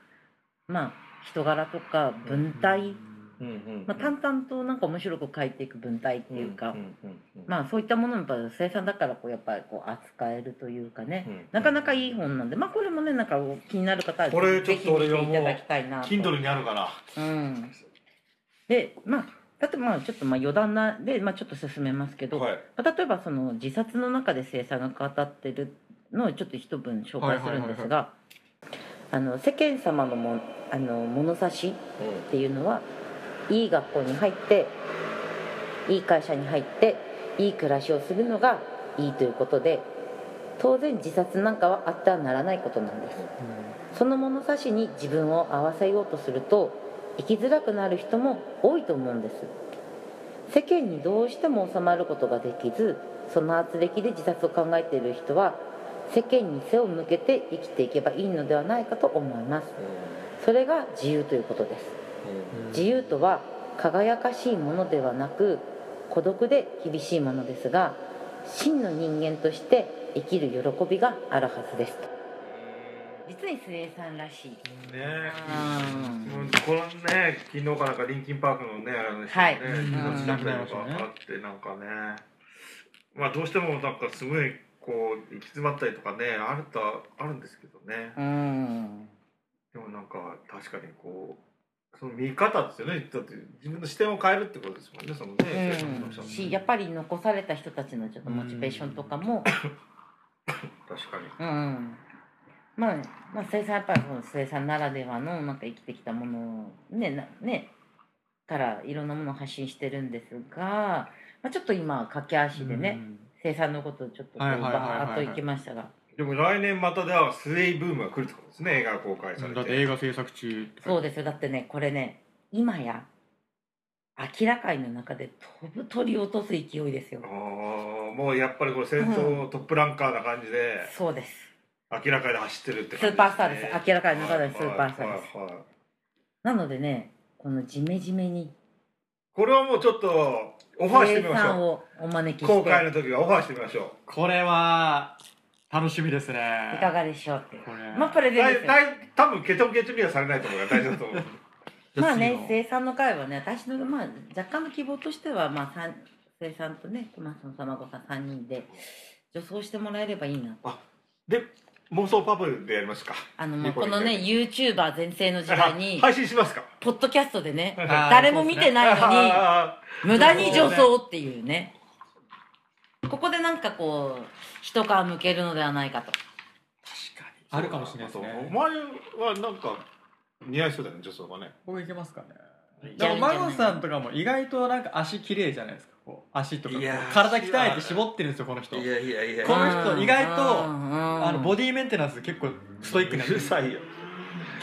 [SPEAKER 3] まあ人柄とか文体、
[SPEAKER 2] うんうん
[SPEAKER 3] まあ、淡々となんか面白く書いていく文体っていうか、
[SPEAKER 2] んうんうん
[SPEAKER 3] まあそういったものもやっぱ生産だからこうやっぱりこう扱えるというかね、
[SPEAKER 2] うん
[SPEAKER 3] なかなかいい本なんでまあこれもねなんか気になる方は
[SPEAKER 2] これちょっと俺
[SPEAKER 3] ぜ
[SPEAKER 2] が
[SPEAKER 3] ひ
[SPEAKER 2] もう
[SPEAKER 3] 見ていただきたいなと。
[SPEAKER 2] Kindle にあるから。
[SPEAKER 3] うん、でまあだってまあちょっとまあ余談なで、まあ、ちょっと進めますけど、
[SPEAKER 2] はい。
[SPEAKER 3] まあ例えばその自殺の中で生産が語ってるのをちょっと一文紹介するんですがあの世間様のもあの物差しっていうのはいい学校に入っていい会社に入っていい暮らしをするのがいいということで当然自殺なんかはあってはならないことなんです。その物差しに自分を合わせようとすると生きづらくなる人も多いと思うんです世間にどうしても収まることができずその圧力で自殺を考えている人は世間に背を向けて生きていけばいいのではないかと思いますそれが自由ということです自由とは輝かしいものではなく孤独で厳しいものですが真の人間として生きる喜びがあるはずです実に末江さんらしい
[SPEAKER 2] ね
[SPEAKER 3] う
[SPEAKER 2] も
[SPEAKER 3] ん
[SPEAKER 2] うこのね昨日かなんかリンキンパークのねあの人
[SPEAKER 3] はい
[SPEAKER 2] ね
[SPEAKER 1] うん
[SPEAKER 2] 命だけなのか
[SPEAKER 1] うん
[SPEAKER 2] あってなんかねまあどうしてもなんかすごいこう行き詰まったりとかねあるとあるんですけどね
[SPEAKER 3] うん
[SPEAKER 2] でもなんか確かにこうその見方ですよねだって自分の視点を変えるってことですもんねそのね、
[SPEAKER 3] うん、しやっぱり残された人たちのちょっとモチベーションとかも、
[SPEAKER 2] 確かに
[SPEAKER 3] うんまあ、まあ、生産やっぱりその生産ならではのなんか生きてきたものをねなねからいろんなものを発信してるんですが、まあ、ちょっと今駆け足でね、生産のことをちょっとこう
[SPEAKER 1] はいはいはいはいはい
[SPEAKER 3] バーッといきましたが、
[SPEAKER 2] でも来年またではスウェイブームが来るってことですね映画が公開され
[SPEAKER 1] うん
[SPEAKER 2] て
[SPEAKER 1] だって映画制作中
[SPEAKER 3] そうですよだってねこれね今や明らかいの中で飛ぶ鳥を落とす勢いですよ
[SPEAKER 2] あ。ーもうやっぱりこれ先頭のトップランカーな感じで
[SPEAKER 3] そうです。
[SPEAKER 2] 明らかに走ってるって感じ
[SPEAKER 3] スーパースターです明らかに
[SPEAKER 2] な
[SPEAKER 3] 中でスーパースターですなのでね、このジメジメに
[SPEAKER 2] これはもうちょっとオファーして
[SPEAKER 3] 生
[SPEAKER 2] みまし
[SPEAKER 3] 産
[SPEAKER 2] ょ
[SPEAKER 3] をお招き
[SPEAKER 2] う
[SPEAKER 3] し
[SPEAKER 2] 今
[SPEAKER 3] て
[SPEAKER 2] 回の時はオファーしてみましょ
[SPEAKER 1] これは楽しみですね
[SPEAKER 3] いかがでしょうっていう
[SPEAKER 1] これ
[SPEAKER 3] まあプレ
[SPEAKER 2] う
[SPEAKER 3] ゼン
[SPEAKER 2] だ
[SPEAKER 3] です
[SPEAKER 2] い
[SPEAKER 3] よ
[SPEAKER 2] だい多分ケトンケトンにはされないと思うから大丈夫だと思う
[SPEAKER 3] まあね
[SPEAKER 1] 次の
[SPEAKER 3] 生産の会はね私の、まあ、若干の希望としては、まあ、さん生産とね熊さんさまごさん3人で助走してもらえればいいな
[SPEAKER 2] で妄想パブルでやりますか
[SPEAKER 3] あの、ま
[SPEAKER 2] ニ
[SPEAKER 3] あ、
[SPEAKER 2] コ
[SPEAKER 3] こ
[SPEAKER 2] ニコ
[SPEAKER 3] のね YouTuber 全盛の時代に
[SPEAKER 2] あ配信しますか
[SPEAKER 3] ポッドキャストでね
[SPEAKER 2] はい
[SPEAKER 1] あー
[SPEAKER 3] 誰も見てないのに
[SPEAKER 2] あ
[SPEAKER 3] 無駄に助走っていうねここでなんかこう一皮向けるのではないかと
[SPEAKER 2] ー確かに
[SPEAKER 1] あるかもしれないですね
[SPEAKER 2] お前はなんか似合いそうだよね女装がね
[SPEAKER 1] これいけますかね
[SPEAKER 3] ける
[SPEAKER 1] で
[SPEAKER 3] ん
[SPEAKER 1] も
[SPEAKER 3] じゃない
[SPEAKER 1] マゴさんとかも意外となんか足綺麗じゃないですかこう足とかこう
[SPEAKER 2] いやー
[SPEAKER 1] 体鍛えて絞ってるんですよこの人
[SPEAKER 2] やいやいや
[SPEAKER 1] この人意外とあ
[SPEAKER 3] あ
[SPEAKER 1] のボディメンテナンス結構ストイックなん
[SPEAKER 2] うる
[SPEAKER 1] です
[SPEAKER 2] さいよ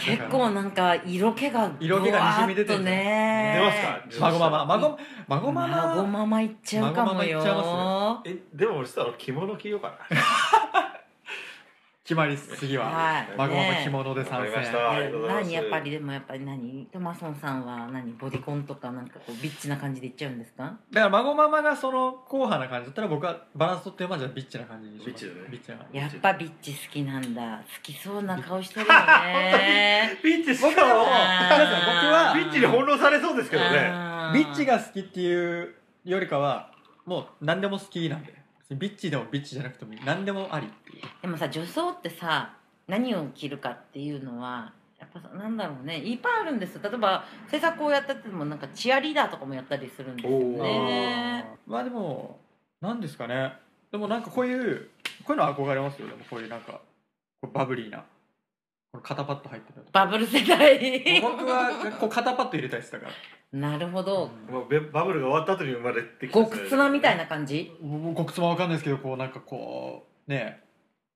[SPEAKER 3] 結構なんか色気が
[SPEAKER 1] 色気が滲み出てる
[SPEAKER 3] る
[SPEAKER 1] んじゃない
[SPEAKER 3] ね
[SPEAKER 2] 出ますか
[SPEAKER 1] 孫ママ孫孫マ
[SPEAKER 3] 孫
[SPEAKER 1] マ
[SPEAKER 3] ママいっちゃうかもよ
[SPEAKER 1] 孫マ
[SPEAKER 2] えでも俺したら着物着ようかな
[SPEAKER 1] 決まりです次は
[SPEAKER 3] はい
[SPEAKER 1] 孫ママ着
[SPEAKER 3] ね
[SPEAKER 1] 物で参
[SPEAKER 2] わかりまし
[SPEAKER 1] 戦
[SPEAKER 2] たありがとうございます
[SPEAKER 3] 何やっぱりでもやっぱり何トマソンさんは何ボディコンとかなんかこうビッチな感じでいっちゃうんですか
[SPEAKER 1] だから孫ママがその硬派な感じだったら僕はバランス取ってまあじゃあビッチな感じにします
[SPEAKER 2] ビッチだね
[SPEAKER 1] ビッチな感じ
[SPEAKER 3] やっぱビッチ好きなんだ好きそうな顔してるよ ね
[SPEAKER 2] ビッチし
[SPEAKER 1] 僕はもう
[SPEAKER 3] あー
[SPEAKER 1] 彼女は
[SPEAKER 2] ビッチに翻弄されそうですけどね
[SPEAKER 3] あー
[SPEAKER 1] ビッチが好きっていうよりかはもう何でも好きなんでビッチでもビッチじゃなくても何でもありっていう
[SPEAKER 3] でもさ女装ってさ何を着るかっていうのはやっぱさなんだろうねいっぱいあるんですよ例えば制作をやったってもなんかチアリーダーとかもやったりするんですよね
[SPEAKER 1] まあでも何ですかねでもなんかこういうこういうの憧れますよでもこういうなんかこうバブリーなこの肩パッド入ってるの
[SPEAKER 3] バブル世代
[SPEAKER 1] 僕はこう肩パッド入れたいですだから
[SPEAKER 3] なるほど
[SPEAKER 2] もうベバブルが終わった後に生まれてきた
[SPEAKER 3] 極妻みたいな感じ
[SPEAKER 1] うんごくつまわかんないですけどこうなんかこうねえ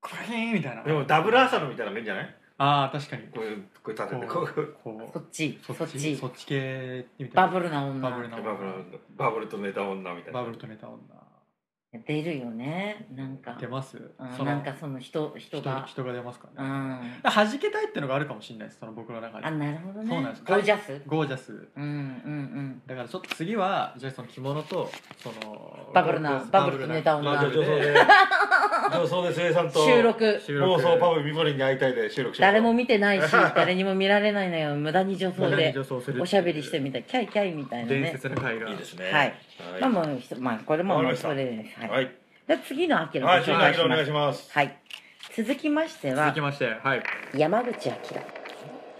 [SPEAKER 1] クリーンみたいな
[SPEAKER 2] でもダブルアーサーのみたいなのがいいんじゃない
[SPEAKER 1] ああ確かに
[SPEAKER 2] こういうこういう立ててこ
[SPEAKER 1] こう
[SPEAKER 2] う
[SPEAKER 1] こ
[SPEAKER 3] そっち
[SPEAKER 1] う
[SPEAKER 3] そっち
[SPEAKER 1] そっち系みたいな
[SPEAKER 3] バブルな女
[SPEAKER 1] バブルな
[SPEAKER 2] バブルバブルと寝た女みたいな
[SPEAKER 1] バブルとネタ女
[SPEAKER 3] 出るよねなんか
[SPEAKER 1] 出ます
[SPEAKER 3] う
[SPEAKER 1] そ
[SPEAKER 3] ん
[SPEAKER 1] の
[SPEAKER 3] なんかその人人
[SPEAKER 1] 人
[SPEAKER 3] が
[SPEAKER 1] 人が出ますか
[SPEAKER 3] う
[SPEAKER 1] らね
[SPEAKER 3] ん
[SPEAKER 1] 弾けたいってのがあるかもしれないですその僕の中
[SPEAKER 3] あ
[SPEAKER 1] で
[SPEAKER 3] なるほどね
[SPEAKER 1] そうなんです
[SPEAKER 3] ゴージャス
[SPEAKER 1] ゴージャス
[SPEAKER 3] うんうん
[SPEAKER 1] だからちょっと次はじゃあその着物とその
[SPEAKER 3] バブルな
[SPEAKER 1] ゴー
[SPEAKER 3] バブルとネタ女
[SPEAKER 2] まあじゃあ女装 で女装で末さん
[SPEAKER 3] うん
[SPEAKER 2] と
[SPEAKER 3] 収録
[SPEAKER 1] 収録
[SPEAKER 2] 妄想パブミモリに会いたいで収録しましょう
[SPEAKER 3] 誰も見てないし誰にも見られないのよ無駄に女装でおしゃべりしてみたいキャイキャイみたいな
[SPEAKER 1] 伝
[SPEAKER 3] ね
[SPEAKER 1] 説の会が
[SPEAKER 2] いいですね
[SPEAKER 3] はいまあ
[SPEAKER 2] は
[SPEAKER 3] もうひとまあこれも
[SPEAKER 2] わかり
[SPEAKER 3] も
[SPEAKER 2] ま
[SPEAKER 3] う
[SPEAKER 2] した
[SPEAKER 3] それです
[SPEAKER 2] い
[SPEAKER 3] は
[SPEAKER 2] はいい
[SPEAKER 3] じゃあ次のアキラ
[SPEAKER 2] はい
[SPEAKER 3] ご
[SPEAKER 2] 次
[SPEAKER 3] 紹
[SPEAKER 2] のア
[SPEAKER 3] 介
[SPEAKER 2] キ
[SPEAKER 3] し
[SPEAKER 2] ラお
[SPEAKER 3] ま
[SPEAKER 2] 願い
[SPEAKER 3] す
[SPEAKER 2] します
[SPEAKER 3] はい続きまして
[SPEAKER 1] 続
[SPEAKER 3] は
[SPEAKER 1] きましてはい
[SPEAKER 3] 山口アキラ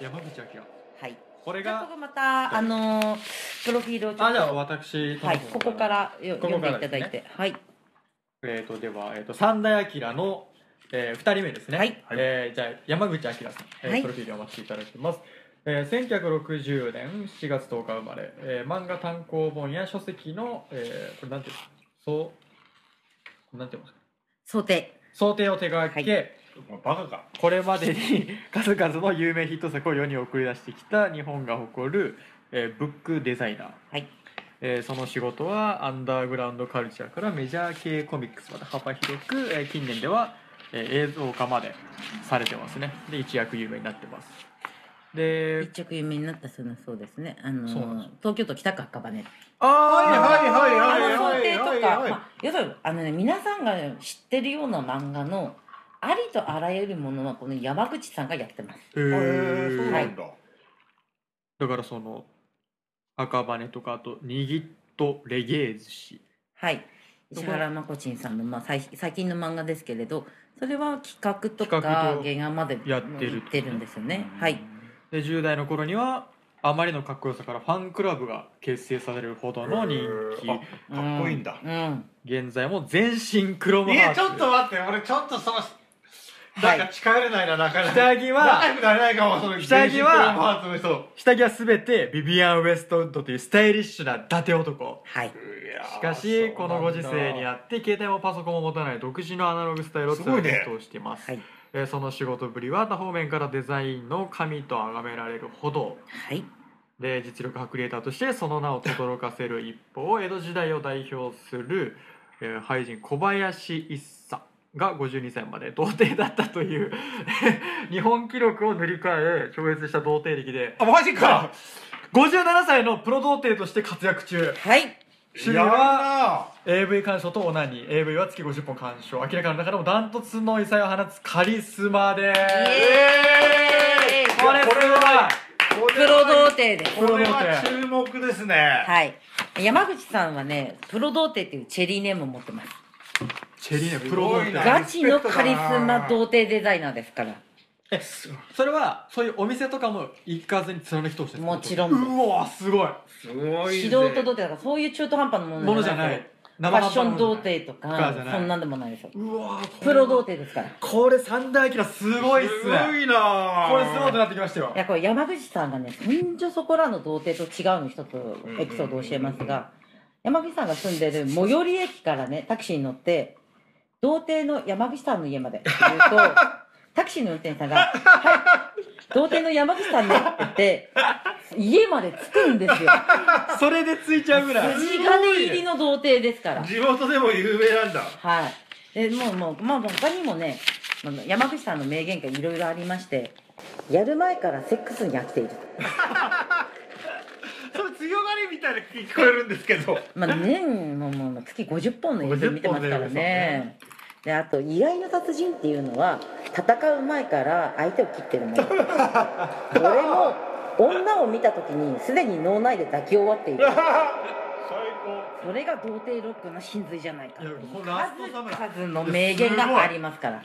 [SPEAKER 1] 山口明
[SPEAKER 3] はい
[SPEAKER 1] これ
[SPEAKER 3] じゃあ
[SPEAKER 1] が
[SPEAKER 3] ここまたあのープロフィールをちょ
[SPEAKER 1] あ
[SPEAKER 3] っ
[SPEAKER 1] じゃあ
[SPEAKER 3] と
[SPEAKER 1] 私
[SPEAKER 3] はいここからよ
[SPEAKER 1] ここ
[SPEAKER 3] 読ん
[SPEAKER 1] か
[SPEAKER 3] で
[SPEAKER 1] らですね
[SPEAKER 3] いただいてはい
[SPEAKER 1] えー、とでは、えー、と三大明の、えー、2人目ですね、
[SPEAKER 3] はい
[SPEAKER 1] えーじゃあ山口明さん、えー
[SPEAKER 3] はい
[SPEAKER 1] プロフィールをお待ちいただいてます、えー、1960年7月10日生まれ、えー漫画単行本や書籍の、えーこれなんていうんですかそうなんていうんですか
[SPEAKER 3] 想定
[SPEAKER 1] 想定を手掛け、
[SPEAKER 3] は
[SPEAKER 2] バカか
[SPEAKER 1] これまでに 数々の有名ヒット作を世に送り出してきた日本が誇る、えーブックデザイナー
[SPEAKER 3] はい
[SPEAKER 1] えーその仕事はアンダーグラウンドカルチャーからメジャー系コミックスまで幅広く、えー近年では、えー映像化までされてますねで一躍有名になってますで
[SPEAKER 3] 一着有名になったそうなそうですねあの
[SPEAKER 1] そうなんで
[SPEAKER 3] ー
[SPEAKER 1] す
[SPEAKER 3] 東京都北区赤羽
[SPEAKER 1] あ
[SPEAKER 2] はい
[SPEAKER 3] あ
[SPEAKER 2] はいはいはい
[SPEAKER 3] の想定と
[SPEAKER 2] はい
[SPEAKER 3] か、
[SPEAKER 2] はい
[SPEAKER 3] まあ、要するにあのね皆さんが知ってるような漫画のありとあらゆるものはこの山口さんがやってます。
[SPEAKER 1] へ
[SPEAKER 2] へ
[SPEAKER 1] ー
[SPEAKER 2] ーそうなんだ
[SPEAKER 1] だからその赤羽とかあと「にぎっとレゲエ寿司
[SPEAKER 3] はい。
[SPEAKER 1] そこ
[SPEAKER 3] 石原まこちんさんの、まあ、最最近の漫画ですけれどそれは企画とか
[SPEAKER 1] 企画と
[SPEAKER 3] 原画まで
[SPEAKER 1] やってる
[SPEAKER 3] 行ってるんですよね。はい。
[SPEAKER 1] で10代の頃にはあまりのかっこよさからファンクラブが結成されるほどの人気
[SPEAKER 2] へーあかっこいいんだ
[SPEAKER 3] うん。うん
[SPEAKER 1] 現在も全身黒
[SPEAKER 2] い
[SPEAKER 1] 幕
[SPEAKER 2] やちょっと待って俺ちょっとそのなんか近寄れないななかなか
[SPEAKER 1] 下着は
[SPEAKER 2] 仲良くなれないかもその
[SPEAKER 1] 下着は
[SPEAKER 2] 全身黒パーツの人
[SPEAKER 1] 下着はすべてビビアン・ウェストウッドというスタイリッシュな伊達男
[SPEAKER 3] はい。
[SPEAKER 1] しかしこのご時世にあって携帯もパソコンも持たない独自のアナログスタイルを
[SPEAKER 2] す
[SPEAKER 1] 通
[SPEAKER 2] ごいね
[SPEAKER 1] しています
[SPEAKER 3] はい。
[SPEAKER 1] えーその仕事ぶりは他方面からデザインの神と崇められるほど
[SPEAKER 3] はい。
[SPEAKER 1] で実力派クリエイターとしてその名を轟かせる一方江戸時代を代表する、えー俳人小林一茶が52歳まで童貞だったという 日本記録を塗り替え超越した童貞歴で
[SPEAKER 2] あマジか
[SPEAKER 1] 57歳のプロ童貞として活躍中
[SPEAKER 3] はい
[SPEAKER 1] 趣味
[SPEAKER 2] やる
[SPEAKER 1] は
[SPEAKER 2] な
[SPEAKER 1] AV 鑑賞とオナニー AV は月50本鑑賞明らかな中でもダントツの異彩を放つカリスマで
[SPEAKER 3] エ
[SPEAKER 1] すこれすごい
[SPEAKER 3] プロ童貞です
[SPEAKER 2] これは注目ですね、
[SPEAKER 3] はい山口さんはねプロ童貞っていうチェリーネームを持ってます
[SPEAKER 1] チェリーネ
[SPEAKER 2] す
[SPEAKER 1] プロ童
[SPEAKER 2] ごいな
[SPEAKER 1] 貞
[SPEAKER 3] ガチのカリスマ童貞デザイナーですから
[SPEAKER 1] えそれはそういうお店とかも行かずに貫き通して
[SPEAKER 3] もちろんです
[SPEAKER 1] うわすごい
[SPEAKER 2] すごい
[SPEAKER 3] 素
[SPEAKER 2] ね
[SPEAKER 3] 人童貞だからそういう中途半端なもの
[SPEAKER 1] ものじゃない
[SPEAKER 3] ファッション童貞と
[SPEAKER 1] とか
[SPEAKER 3] か
[SPEAKER 1] じゃない
[SPEAKER 3] そんなんでもないですよ
[SPEAKER 1] うわこれ
[SPEAKER 3] プロ童貞ですからい
[SPEAKER 1] これ三大キラすごいっす
[SPEAKER 2] す
[SPEAKER 1] ね
[SPEAKER 2] ごいな
[SPEAKER 1] これすごくなってきましたよ
[SPEAKER 3] やこれ山口さんがねそんじょそこらの童貞と違うの一つエピソードを教えますが山口さんが住んでる最寄り駅からねタクシーに乗って童貞の山口さんの家までって言うと タクシーの運転手さんが「はい童貞の山口さんね」って言って家まで着くんですよ
[SPEAKER 1] それでついちゃうぐらい
[SPEAKER 3] 筋金入りの童貞ですから
[SPEAKER 2] 地元でも有名なんだ
[SPEAKER 3] はい。で、もう、もう、まあ、他にもね、あの山口さんの名言がいろいろありまして。やる前からセックスに飽きている。
[SPEAKER 2] それ強がりみたいに聞こえるんですけど
[SPEAKER 3] まあ、年の、もう、もう月50本の映像見てますから
[SPEAKER 1] 50本の映像
[SPEAKER 3] ね。で、あと、意外な達人っていうのは、戦う前から相手を切ってるもの。俺も、女を見た時に、すでに脳内で抱き終 わっている。それが童貞ロックの真髄じゃないか。
[SPEAKER 1] いやこのラストサムライ
[SPEAKER 3] 数々の名言がありますから。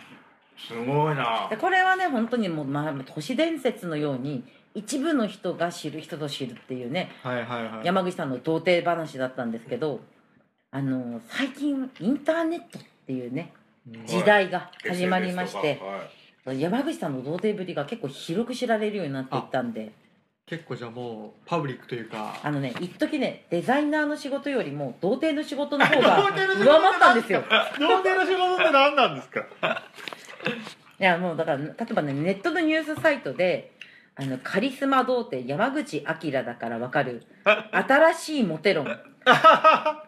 [SPEAKER 2] すごいな
[SPEAKER 3] でこれはね本当にもう、まあ、都市伝説のように一部の人が知る人ぞ知るっていうね、
[SPEAKER 1] はいはいはい
[SPEAKER 3] 山口さんの童貞話だったんですけどあの最近インターネットっていうね時代が始まりまして、山口さんの童貞ぶりが結構広く知られるようになっていったんで
[SPEAKER 1] 結構じゃあもうパブリックという
[SPEAKER 3] あ
[SPEAKER 1] か
[SPEAKER 3] のね一時ねデザイナーの仕事よりも童貞の仕事の方が
[SPEAKER 2] 童貞の仕事
[SPEAKER 3] 上回ったんですよ
[SPEAKER 2] 童貞の仕事って何なんですか
[SPEAKER 3] いやもうだから例えばねネットのニュースサイトであのカリスマ童貞山口明だからわ かる新しいモテ論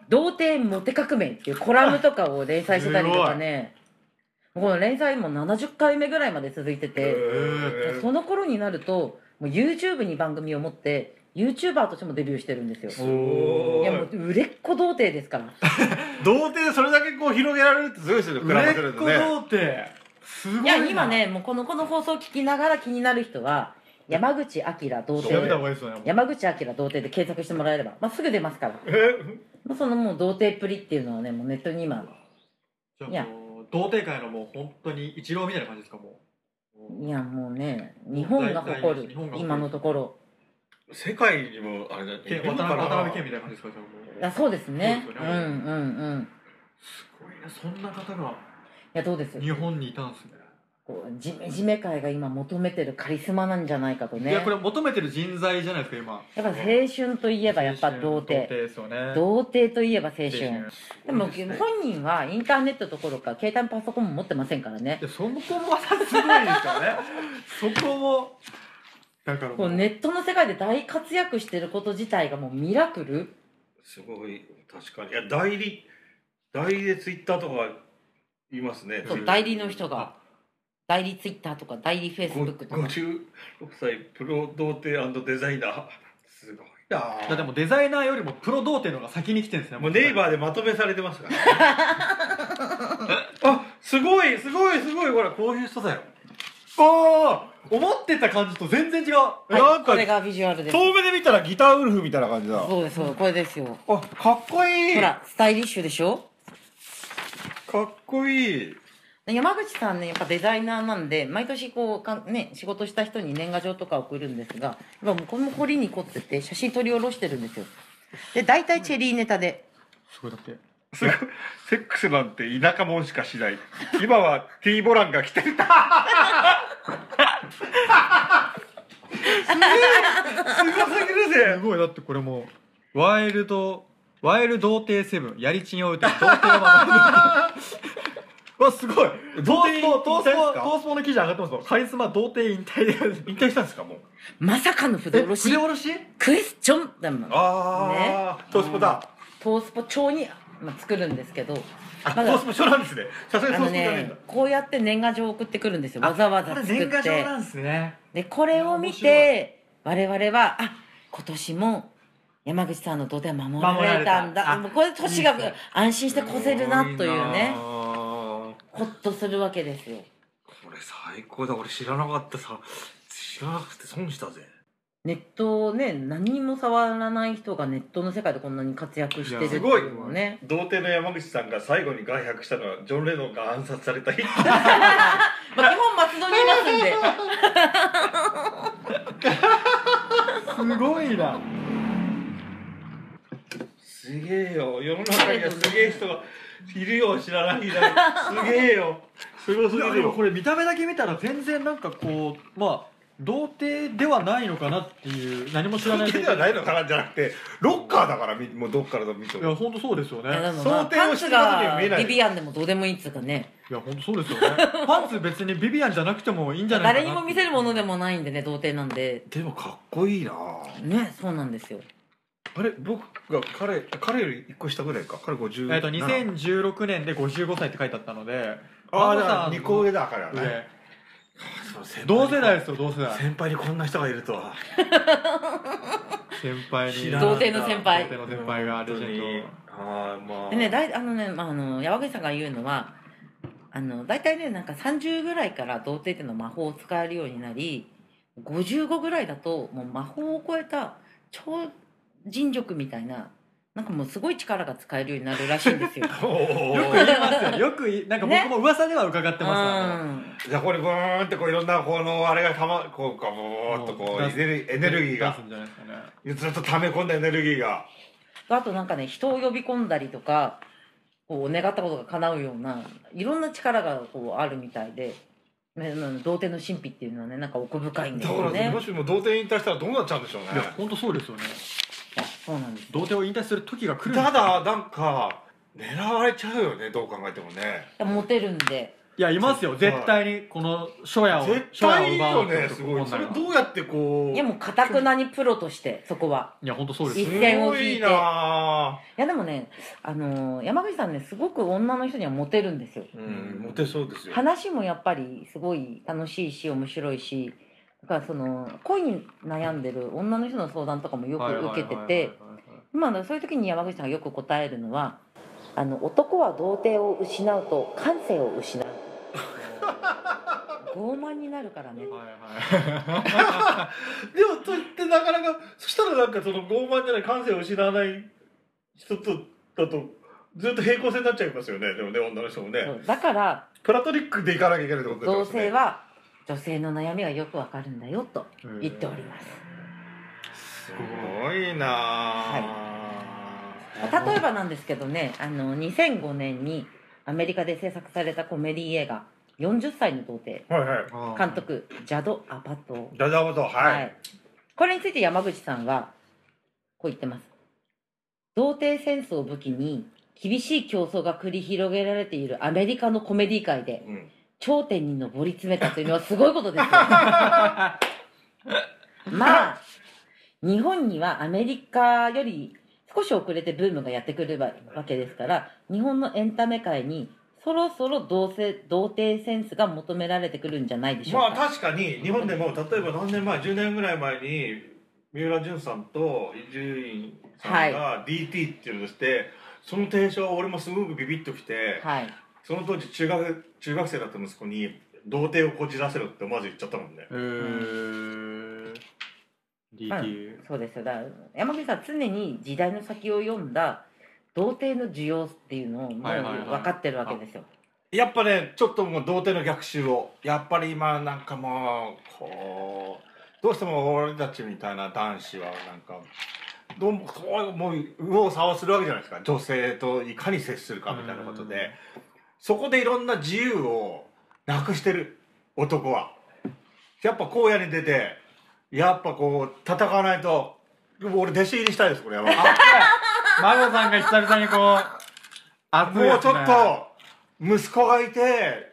[SPEAKER 3] 童貞モテ革命っていうコラムとかを連載してたりとかねもうこの連載も70回目ぐらいまで続いててその頃になるともう YouTube に番組を持って YouTuber としてもデビューしてるんですよ
[SPEAKER 2] すご
[SPEAKER 3] いやもう売れっ子童貞ですから
[SPEAKER 2] 童貞でそれだけこう広げられるってすごいですよね
[SPEAKER 1] 売れ
[SPEAKER 2] 膨らま
[SPEAKER 1] っ
[SPEAKER 2] せる
[SPEAKER 1] 子
[SPEAKER 2] とね
[SPEAKER 1] 童貞すごい
[SPEAKER 3] い
[SPEAKER 1] な
[SPEAKER 3] や今ねもうこのこの放送を聞きながら気になる人は山口明
[SPEAKER 1] 調べ
[SPEAKER 3] 童貞
[SPEAKER 1] た方がいいですよね
[SPEAKER 3] 山口明童貞で検索してもらえれば、まあ、すぐ出ますからもうそのもう童貞っぷりっていうのはねもうネットに今
[SPEAKER 1] じゃあもう童貞界のもう本当に一郎みたいな感じですかもう
[SPEAKER 3] いやもうね日本が誇
[SPEAKER 1] 大体日本
[SPEAKER 3] る
[SPEAKER 1] が誇る
[SPEAKER 3] 今のところ
[SPEAKER 2] 世界にもあれだ
[SPEAKER 1] け渡辺渡辺謙みたいな感じですかじゃあもう
[SPEAKER 3] あそうですね
[SPEAKER 1] そう
[SPEAKER 3] う
[SPEAKER 1] です
[SPEAKER 3] ん
[SPEAKER 1] よね
[SPEAKER 3] うんうん
[SPEAKER 1] すごいなそんな方が
[SPEAKER 3] いやどうです
[SPEAKER 1] 日本にいたんですね
[SPEAKER 3] こうじめじめ界が今求めてるカリスマなんじゃないかとね
[SPEAKER 1] いや
[SPEAKER 3] や
[SPEAKER 1] これ求めてる人材じゃないですか今
[SPEAKER 3] っぱ青春といえばやっぱ童貞
[SPEAKER 1] ですよね
[SPEAKER 3] 童貞といえば青春でも
[SPEAKER 1] いいですね
[SPEAKER 3] 本人はインターネットどころか携帯もパソコンも持ってませんからね
[SPEAKER 1] いやそこもまたすごいです からねそこもだから
[SPEAKER 3] こうネットの世界で大活躍してること自体がもうミラクル
[SPEAKER 2] すごい確かにいや代理代理でツイッターとかいますね
[SPEAKER 3] そう代理の人が代理ツイッターとか代理フェイスブックと
[SPEAKER 2] ご
[SPEAKER 3] か
[SPEAKER 2] 56歳プロ童貞デザイナーすごいない
[SPEAKER 1] やでもデザイナーよりもプロ童貞の方が先に来てるんですね
[SPEAKER 2] もうネイ
[SPEAKER 1] ー
[SPEAKER 2] バーでまとめされてますから、ね、あすごいすごいすごいほらこういう人だよ
[SPEAKER 1] ああ思ってた感じと全然違う、
[SPEAKER 2] な
[SPEAKER 3] は
[SPEAKER 2] ん
[SPEAKER 3] い、
[SPEAKER 2] か
[SPEAKER 3] これがビジュアルです
[SPEAKER 2] 遠目で見たらギターウルフみたいな感じだ
[SPEAKER 3] そうですそうですこれですよ
[SPEAKER 2] あかっこいい
[SPEAKER 3] ほ
[SPEAKER 2] から
[SPEAKER 3] スタイリッシュでしょ
[SPEAKER 2] っこいい
[SPEAKER 3] 山口さんねやっぱデザイナーなんで毎年こうかん、ね、仕事した人に年賀状とか送るんですが今もうこれも凝りに凝ってて写真撮り下ろしてるんですよで大体チェリーネタで、
[SPEAKER 1] すごいだって
[SPEAKER 2] すごいセックスなんて田舎もんしかしない今は T ボランが来てるすげえすごすぎる
[SPEAKER 1] す
[SPEAKER 2] ぜ
[SPEAKER 1] ごいだってこれもうワイルドワイル童貞セブンやりちんを打て童貞を守る わすごい
[SPEAKER 2] 童
[SPEAKER 1] ト
[SPEAKER 2] 貞
[SPEAKER 1] ー
[SPEAKER 2] 引
[SPEAKER 1] スポトース
[SPEAKER 2] 退です
[SPEAKER 1] ポ
[SPEAKER 2] か
[SPEAKER 1] トースポの記事上がってますよカリスマ童貞引退で
[SPEAKER 2] 引退したんですかもう
[SPEAKER 3] まさかの筆
[SPEAKER 1] え
[SPEAKER 3] 下ろ
[SPEAKER 1] 筆
[SPEAKER 3] し
[SPEAKER 1] 下ろし
[SPEAKER 3] クエスチョンだもん
[SPEAKER 2] ああ、トースポだ、
[SPEAKER 3] トースポ調に、まあ、作るんですけど
[SPEAKER 2] あト
[SPEAKER 3] まだ
[SPEAKER 2] ースポ書なんですねさすがに
[SPEAKER 3] あ
[SPEAKER 2] トース
[SPEAKER 3] の
[SPEAKER 2] ポじゃねえんだ
[SPEAKER 3] ねこうやって年賀状送ってくるんですよわざわざ
[SPEAKER 1] これ
[SPEAKER 3] 作
[SPEAKER 1] 年賀
[SPEAKER 3] っ
[SPEAKER 1] 状
[SPEAKER 3] て
[SPEAKER 1] なんですね
[SPEAKER 3] でこれを見て我々はあ今年も山口さんの土手は守られたん
[SPEAKER 1] 守られた
[SPEAKER 3] だ
[SPEAKER 1] あ
[SPEAKER 3] もうこれで年
[SPEAKER 1] いい
[SPEAKER 3] が
[SPEAKER 1] ですね
[SPEAKER 3] 安心して越せるなというね
[SPEAKER 2] すごいな
[SPEAKER 3] ほっとするわけですよ
[SPEAKER 2] これ最高だ俺知らなかったさ知らなくて損したぜ
[SPEAKER 3] ネットをね何も触らない人がネットの世界でこんなに活躍してるって
[SPEAKER 2] す
[SPEAKER 3] い
[SPEAKER 2] ごいう
[SPEAKER 3] のはね
[SPEAKER 2] 童貞の山口さんが最後に外泊したのはジョン・レノンが暗殺され た日
[SPEAKER 3] まあ基本松戸にいますんで
[SPEAKER 1] すごいな
[SPEAKER 2] すげえよ世の中にはすげえ人がいるよ知ら ないだろすげえよすごす
[SPEAKER 1] い
[SPEAKER 2] ぎ
[SPEAKER 1] や
[SPEAKER 2] る
[SPEAKER 1] でも
[SPEAKER 2] よ
[SPEAKER 1] これ見た目だけ見たら全然なんかこうまあ童貞ではないのかなっていう何も知らない
[SPEAKER 2] 関係ではないのかなじゃなくてロッカーだからみもうどっからでも見て
[SPEAKER 1] いや
[SPEAKER 2] も
[SPEAKER 1] 本当そうですよね
[SPEAKER 3] いやでもまあ
[SPEAKER 2] 想定
[SPEAKER 3] パ
[SPEAKER 2] を
[SPEAKER 3] ン
[SPEAKER 2] して
[SPEAKER 3] ツ
[SPEAKER 2] ることには
[SPEAKER 3] が
[SPEAKER 2] 見えない
[SPEAKER 3] ビビアンでもどうでもいいっつうかね
[SPEAKER 1] いや本当そうですよねパンツ別にビビアンじゃなくてもいいんじゃないかな
[SPEAKER 3] 誰にも見せるものでもないんでね童貞なんで
[SPEAKER 2] でもかっこいいな
[SPEAKER 3] ねそうなんですよ
[SPEAKER 2] あれ僕が彼彼より1個下ぐらいか彼50
[SPEAKER 1] えっと2016年で55歳って書いてあったので
[SPEAKER 2] ああ
[SPEAKER 1] 安藤
[SPEAKER 2] だか
[SPEAKER 1] さ
[SPEAKER 2] ら
[SPEAKER 1] ん
[SPEAKER 2] 2個上だからね
[SPEAKER 1] 上
[SPEAKER 2] そう先輩
[SPEAKER 1] 同世代ですよ同世代
[SPEAKER 2] 先輩にこんな人がいるとは
[SPEAKER 1] 先輩に
[SPEAKER 2] 知
[SPEAKER 3] な
[SPEAKER 2] ら
[SPEAKER 3] 童
[SPEAKER 2] なかった
[SPEAKER 3] 貞の先輩
[SPEAKER 1] 童貞の先輩がレジェンド
[SPEAKER 2] ああまあ
[SPEAKER 3] でね、だいあのね、まあ、あの山口さんが言うのはあの大体ねなんか30ぐらいから童貞っていうのは魔法を使えるようになり55ぐらいだともう魔法を超えた超人力みたいななんかもうすごい力が使えるようになるらしい んですよ。
[SPEAKER 1] よく言いま
[SPEAKER 2] よ
[SPEAKER 1] すよねよく言いなんか僕も噂では伺ってます
[SPEAKER 2] じゃあこれブーンってこういろんなこのあれがたまこうかぼーっとこうエネルエネルギーが
[SPEAKER 1] 出すんじゃないですかね
[SPEAKER 2] ずっと溜め込んだエネルギーが
[SPEAKER 3] うん、あとなんかね人を呼び込んだりとかこう願ったことが叶うようないろんな力がこうあるみたいで、ね、うん童貞の神秘っていうのはねなんか奥深いんで
[SPEAKER 2] だ
[SPEAKER 3] す
[SPEAKER 2] か
[SPEAKER 3] よ
[SPEAKER 2] ら、
[SPEAKER 3] ね
[SPEAKER 2] も。しも童貞引退したらどうなっちゃうんでしょうね
[SPEAKER 1] いや本当そうですよね
[SPEAKER 3] そうなんです
[SPEAKER 1] 童貞を引退する時が来るんです
[SPEAKER 2] ただなんか狙われちゃうよねどう考えてもね
[SPEAKER 3] モテるんで。
[SPEAKER 1] いやいますよ絶対にこの初夜を
[SPEAKER 2] 絶
[SPEAKER 1] 初夜
[SPEAKER 2] 対い
[SPEAKER 1] を奪お
[SPEAKER 2] いよ
[SPEAKER 1] うと
[SPEAKER 2] ねす
[SPEAKER 1] す
[SPEAKER 2] ご
[SPEAKER 1] る
[SPEAKER 2] いそれ
[SPEAKER 1] い
[SPEAKER 2] どうやってこう
[SPEAKER 3] いやもうかたくなにプロとしてそこは
[SPEAKER 1] や本当そうです
[SPEAKER 3] 一
[SPEAKER 1] よ
[SPEAKER 2] す
[SPEAKER 3] 線を
[SPEAKER 2] ご
[SPEAKER 3] 引いて
[SPEAKER 2] いない
[SPEAKER 3] やでもね、あのー山口さんねすごく女の人にはモテるんですよ
[SPEAKER 2] ぁうんモテそうですよ
[SPEAKER 3] 話もやっぱりすごい楽しいし面白いしだからその恋に悩んでる女の人の相談とかもよ
[SPEAKER 1] はいはいはい
[SPEAKER 3] く
[SPEAKER 1] はい
[SPEAKER 3] 受けててまあそういう時に山口さんがよく答えるのはあの男は童貞を失うと感性を失う傲慢になるからね
[SPEAKER 1] はいはい
[SPEAKER 2] でもとってなかなかそしたらなんかその傲慢じゃない感性を失わない人とだとずっと平行線になっちゃいますよねでもね女の人もね
[SPEAKER 3] そうだから
[SPEAKER 2] プラトニックでいかなきゃいけないってこと
[SPEAKER 3] 同
[SPEAKER 2] ですよね
[SPEAKER 3] 性は女性の悩みがよくわかるんだよと言っております
[SPEAKER 2] すごいなぁ、
[SPEAKER 3] まあ例えばなんですけどねあの2005年にアメリカで制作されたコメディ映画「40歳の童貞
[SPEAKER 2] はいはい
[SPEAKER 1] あ」ー
[SPEAKER 3] 監督ジャド・アパト、
[SPEAKER 2] ダダボトはい、
[SPEAKER 3] これについて山口さんはこう言ってます童貞センスを武器に厳しい競争が繰り広げられているアメリカのコメディ界で
[SPEAKER 2] うん、
[SPEAKER 3] 頂点に上り詰めたというのはすごいことですよまあ日本にはアメリカより少し遅れてブームがやってくるわけですから日本のエンタメ界にそろそろ同性童貞センスが求められてくるんじゃないでしょう
[SPEAKER 2] ま
[SPEAKER 3] か、
[SPEAKER 2] あ確かに日本でも例えば何年前10年ぐらい前に三浦淳さんと伊集院さんが DT っていうのをして、その提唱は俺もすごくビビッときて、
[SPEAKER 3] はい
[SPEAKER 2] その当時中学中学生だった息子に童貞をこじらせろってまず言っちゃったもんね
[SPEAKER 1] えー
[SPEAKER 3] まあ
[SPEAKER 1] DT
[SPEAKER 3] そうですよだから山口さんは常に時代の先を読んだ童貞の需要っていうのをもう
[SPEAKER 1] はいはいはい
[SPEAKER 3] 分かってるわけですよ、
[SPEAKER 2] やっぱねちょっともう童貞の逆襲をやっぱり今なんかもうこうどうしても俺たちみたいな男子はなんかどうもこうもう右往左往するわけじゃないですか女性といかに接するかみたいなこと
[SPEAKER 1] うん
[SPEAKER 2] でそこでいろんな自由をなくしてる男はやっぱ荒野に出てやっぱこう戦わないと俺弟子入りしたいですこれは。
[SPEAKER 1] あマロさんが久々にこう熱い
[SPEAKER 2] もうちょっと息子がいて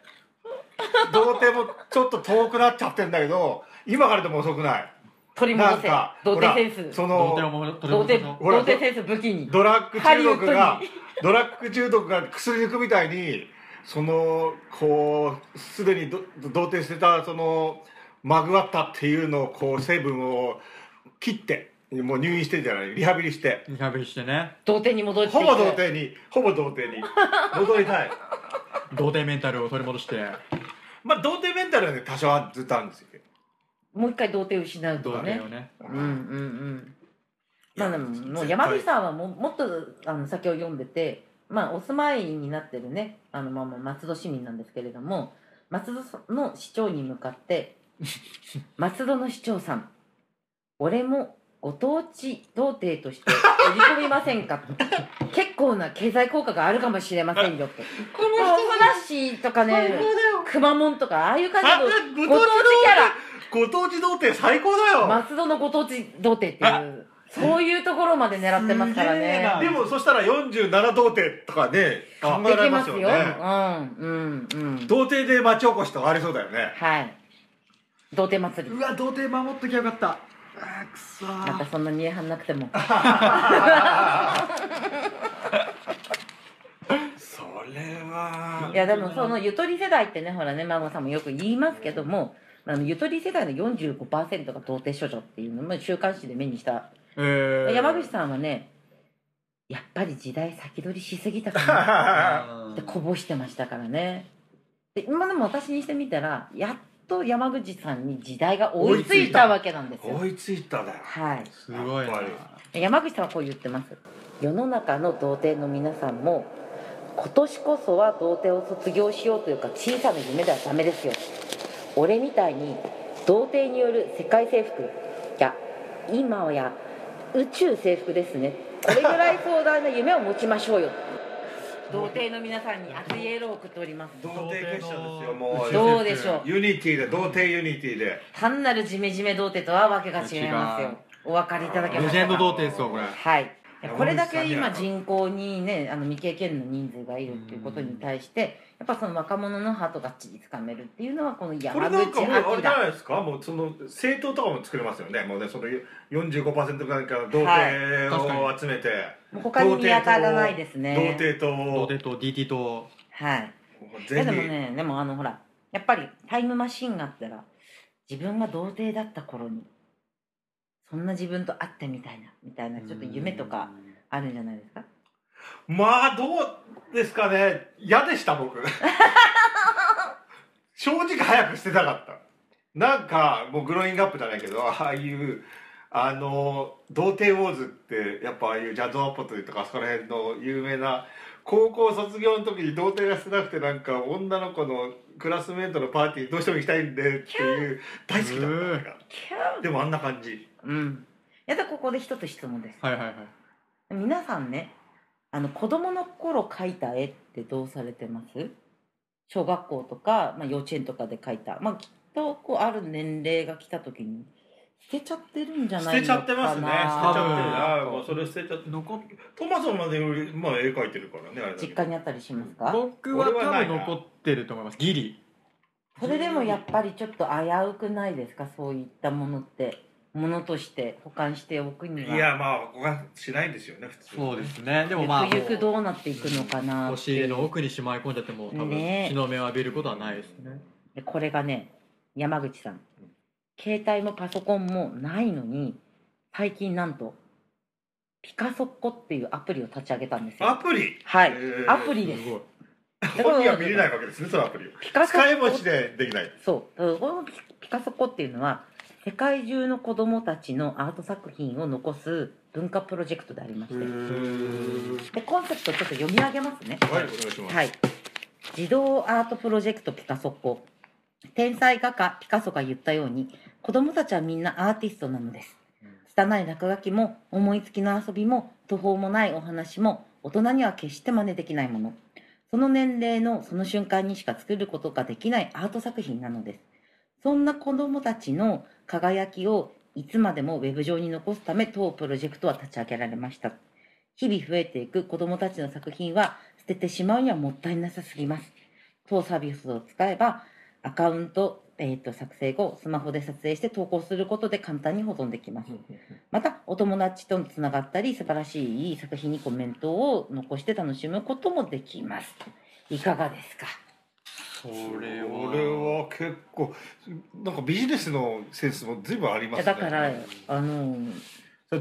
[SPEAKER 2] 童貞もちょっと遠くなっちゃってるんだけど今からでも遅くない
[SPEAKER 3] 取り
[SPEAKER 2] な
[SPEAKER 3] 戻
[SPEAKER 2] ん
[SPEAKER 3] せ
[SPEAKER 2] か
[SPEAKER 3] 童
[SPEAKER 2] ほら
[SPEAKER 3] 貞センス
[SPEAKER 2] そ
[SPEAKER 1] 童貞
[SPEAKER 2] の
[SPEAKER 1] を戻
[SPEAKER 3] 童
[SPEAKER 1] 取り戻
[SPEAKER 3] 貞
[SPEAKER 1] そう
[SPEAKER 2] ほら
[SPEAKER 3] 童貞センス武器に
[SPEAKER 2] ドラッグ中毒
[SPEAKER 3] ハ
[SPEAKER 2] が
[SPEAKER 3] リウッ
[SPEAKER 2] ドラッグ中毒が薬抜くみたいにそのこうすでにど童貞してたそのまぐわったっていうのをこう成分を切ってもう入院してるじゃないリハビリして
[SPEAKER 1] リハビリしてね
[SPEAKER 3] 童貞に戻っていく
[SPEAKER 2] ほぼ童貞にほぼ童貞に戻りたい
[SPEAKER 1] 童貞メンタルを取り戻して
[SPEAKER 2] まあ童貞メンタルはね多少はずっとあるんですよ
[SPEAKER 3] もう一回童貞を失うと
[SPEAKER 1] 童
[SPEAKER 3] か
[SPEAKER 1] 貞
[SPEAKER 3] ね
[SPEAKER 1] をね
[SPEAKER 3] うんうんうん
[SPEAKER 2] いや
[SPEAKER 3] まあでももう
[SPEAKER 2] 絶対
[SPEAKER 3] 山口さんはもうもっとあの先を読んでて、まあ、お住まいになってるねあの、まあ、まあ松戸市民なんですけれども松戸の市長に向かって松戸の市長さん俺もご当地童貞として売り込みませんかと結構な経済効果があるかもしれませんよってこのフラッシーとかねくまモンとかああいう感
[SPEAKER 2] あ
[SPEAKER 3] じ
[SPEAKER 2] ご当
[SPEAKER 3] の
[SPEAKER 2] 地
[SPEAKER 3] ご
[SPEAKER 2] 童
[SPEAKER 3] 当地キャラ
[SPEAKER 2] 貞ご当地童貞最高だよ、
[SPEAKER 3] 松戸のご当地童貞っていうそういうところまで狙ってますから
[SPEAKER 1] すげえな
[SPEAKER 3] ね
[SPEAKER 2] でもそしたら47童貞とかね考え
[SPEAKER 3] で
[SPEAKER 2] ら
[SPEAKER 3] き
[SPEAKER 2] れ
[SPEAKER 3] ま
[SPEAKER 2] ますす
[SPEAKER 3] よ
[SPEAKER 2] よ
[SPEAKER 3] う
[SPEAKER 2] ね
[SPEAKER 3] んうんうん
[SPEAKER 2] 童貞で町おこしとかありそうだよね
[SPEAKER 3] はい童貞祭り
[SPEAKER 1] うわ童貞守っときゃよかったあーくそー
[SPEAKER 3] またそんな見えはんなくても
[SPEAKER 2] それはい
[SPEAKER 3] やでもそのゆとり世代ってねほらね孫さんもよく言いますけどもあのゆとり世代の45%が童貞処女っていうのも週刊誌で目にした
[SPEAKER 1] えー
[SPEAKER 3] 山口さんはねやっぱり時代先取りしすぎたかな
[SPEAKER 1] うん
[SPEAKER 3] でこぼしてましたからねで今でも私にしてみたらやっと山口さんに時代が追いついたわけなんですよ
[SPEAKER 2] 追いついただよ
[SPEAKER 3] はい
[SPEAKER 1] すごいな
[SPEAKER 2] やっぱり
[SPEAKER 3] 山口さんはこう言ってます世の中の童貞の皆さんも今年こそは童貞を卒業しようというか小さな夢ではダメですよ俺みたいに童貞による世界征服いや今や宇宙征服ですねこれぐらい壮大な夢を持ちましょうよ 童貞の皆さんに熱いエールを送っております
[SPEAKER 2] 童貞結社ですよもう
[SPEAKER 3] どうでしょう
[SPEAKER 2] ユニティで童貞ユニティで
[SPEAKER 3] 単なるジメジメ童貞とはわけが違いますよお分かりいただけま
[SPEAKER 1] レ
[SPEAKER 3] し
[SPEAKER 1] ジ
[SPEAKER 3] た
[SPEAKER 1] ェンド
[SPEAKER 3] か
[SPEAKER 1] 童貞ですよこれ
[SPEAKER 3] はい
[SPEAKER 2] 山口さんには
[SPEAKER 3] これだけ今人口にねあの未経験の人数がいるっていうことに対してやっぱその若者のハートがっちりつかめるっていうのはこの
[SPEAKER 2] こ
[SPEAKER 3] 山
[SPEAKER 2] れなんか
[SPEAKER 3] 口
[SPEAKER 2] もうあれじゃ
[SPEAKER 3] 明
[SPEAKER 2] ないですかもうその政党とかも作れますよねもうねその45%ぐらいから童貞
[SPEAKER 1] は
[SPEAKER 2] を集めて、
[SPEAKER 3] もう他に見当たらないです
[SPEAKER 2] 童
[SPEAKER 3] ね
[SPEAKER 2] 貞
[SPEAKER 1] 童
[SPEAKER 2] と
[SPEAKER 1] 貞と DT と
[SPEAKER 3] はいい
[SPEAKER 2] ぜ
[SPEAKER 3] や
[SPEAKER 2] ひ
[SPEAKER 3] でもねでもあのほらやっぱりタイムマシンがあったら自分が童貞だった頃にそんな自分と会ってみたいなみたいなちょっと夢とかあるんじゃないですか
[SPEAKER 2] まあどうですかね嫌でした僕正直早く捨てたかったなんかもうグローイングアップじゃないけどああいうあの童貞ウォーズってやっぱああいうジャズアポトリとかそこら辺の有名な高校卒業の時に童貞が少なくてなんか女の子のクラスメートのパーティーどうしても行きたいんでっていう大好きだったなんかでもあんな感じ
[SPEAKER 3] うんやっとここで一つ質問です
[SPEAKER 1] はいはいはい
[SPEAKER 3] 皆さんねあの子供の頃描いた絵ってどうされてます小学校とか、まあ、幼稚園とかで描いた、まあ、きっとこうある年齢が来た時に捨てちゃってるんじゃ
[SPEAKER 2] 捨
[SPEAKER 3] ない
[SPEAKER 2] て
[SPEAKER 3] の
[SPEAKER 2] ちゃ
[SPEAKER 3] かな
[SPEAKER 2] ってますね捨てち
[SPEAKER 1] ゃ
[SPEAKER 2] ゃ
[SPEAKER 1] っ
[SPEAKER 2] ってて
[SPEAKER 1] る
[SPEAKER 2] る
[SPEAKER 1] な
[SPEAKER 2] ああもうそれ捨てちゃって
[SPEAKER 1] 残っ
[SPEAKER 2] トマソンまでより、まあ、絵描いてるからねあれだけど
[SPEAKER 3] 実家にあったりしますか
[SPEAKER 1] 僕は多分残ってると思いますギリ
[SPEAKER 3] それでもやっぱりちょっと危うくないですかそういったものってものとして保管しておくにはい
[SPEAKER 2] やまあここはしないですよね普通
[SPEAKER 1] そうですねで
[SPEAKER 3] ゆ
[SPEAKER 1] も
[SPEAKER 3] く
[SPEAKER 1] まあ
[SPEAKER 3] ゆくどうなっていくのかな
[SPEAKER 1] 押し入れの奥にしまい込んじゃっても多分
[SPEAKER 3] ねえ
[SPEAKER 1] 日の目を浴びることはないですね
[SPEAKER 3] でこれがね山口さん携帯もパソコンもないのに最近なんとピカソッコっていうアプリを立ち上げたんです
[SPEAKER 2] ア
[SPEAKER 3] よ
[SPEAKER 2] プリ
[SPEAKER 3] はい
[SPEAKER 2] えー
[SPEAKER 3] アプリです
[SPEAKER 1] すごい
[SPEAKER 2] 本人は見れないわけですねそのアプリを
[SPEAKER 3] ピカソ
[SPEAKER 2] 使いもし
[SPEAKER 3] ッコ
[SPEAKER 2] でできない
[SPEAKER 3] そうだからこのピピカソッコっていうのは世界中の子どもたちのアート作品を残す文化プロジェクトでありましてでコンセプトをちょっと読み上げますね
[SPEAKER 2] はいお願いします
[SPEAKER 3] はい。児童アートプロジェクトピカソコ。天才画家ピカソが言ったように、子供たちはみんなアーティストなのです。拙い落書きも思いつきの遊びも途方もないお話も大人には決して真似できないもの。その年齢のその瞬間にしか作ることができないアート作品なのです。そんな子供たちの輝きをいつまでもウェブ上に残すため当プロジェクトは立ち上げられました。日々増えていく子どもたちの作品は素捨ててしまうにはもったいなさすぎます当サービスを使えばアカウント、えー、と作成後スマホで撮影して投稿することで簡単に保存できますまたお友達とつながったり素晴らしい作品にコメントを残して楽しむこともできますいかがですか
[SPEAKER 1] そ
[SPEAKER 2] 俺は結構なんかビジネスのセンスも随分あり
[SPEAKER 3] い
[SPEAKER 2] ます
[SPEAKER 3] や
[SPEAKER 2] ね
[SPEAKER 3] だからあの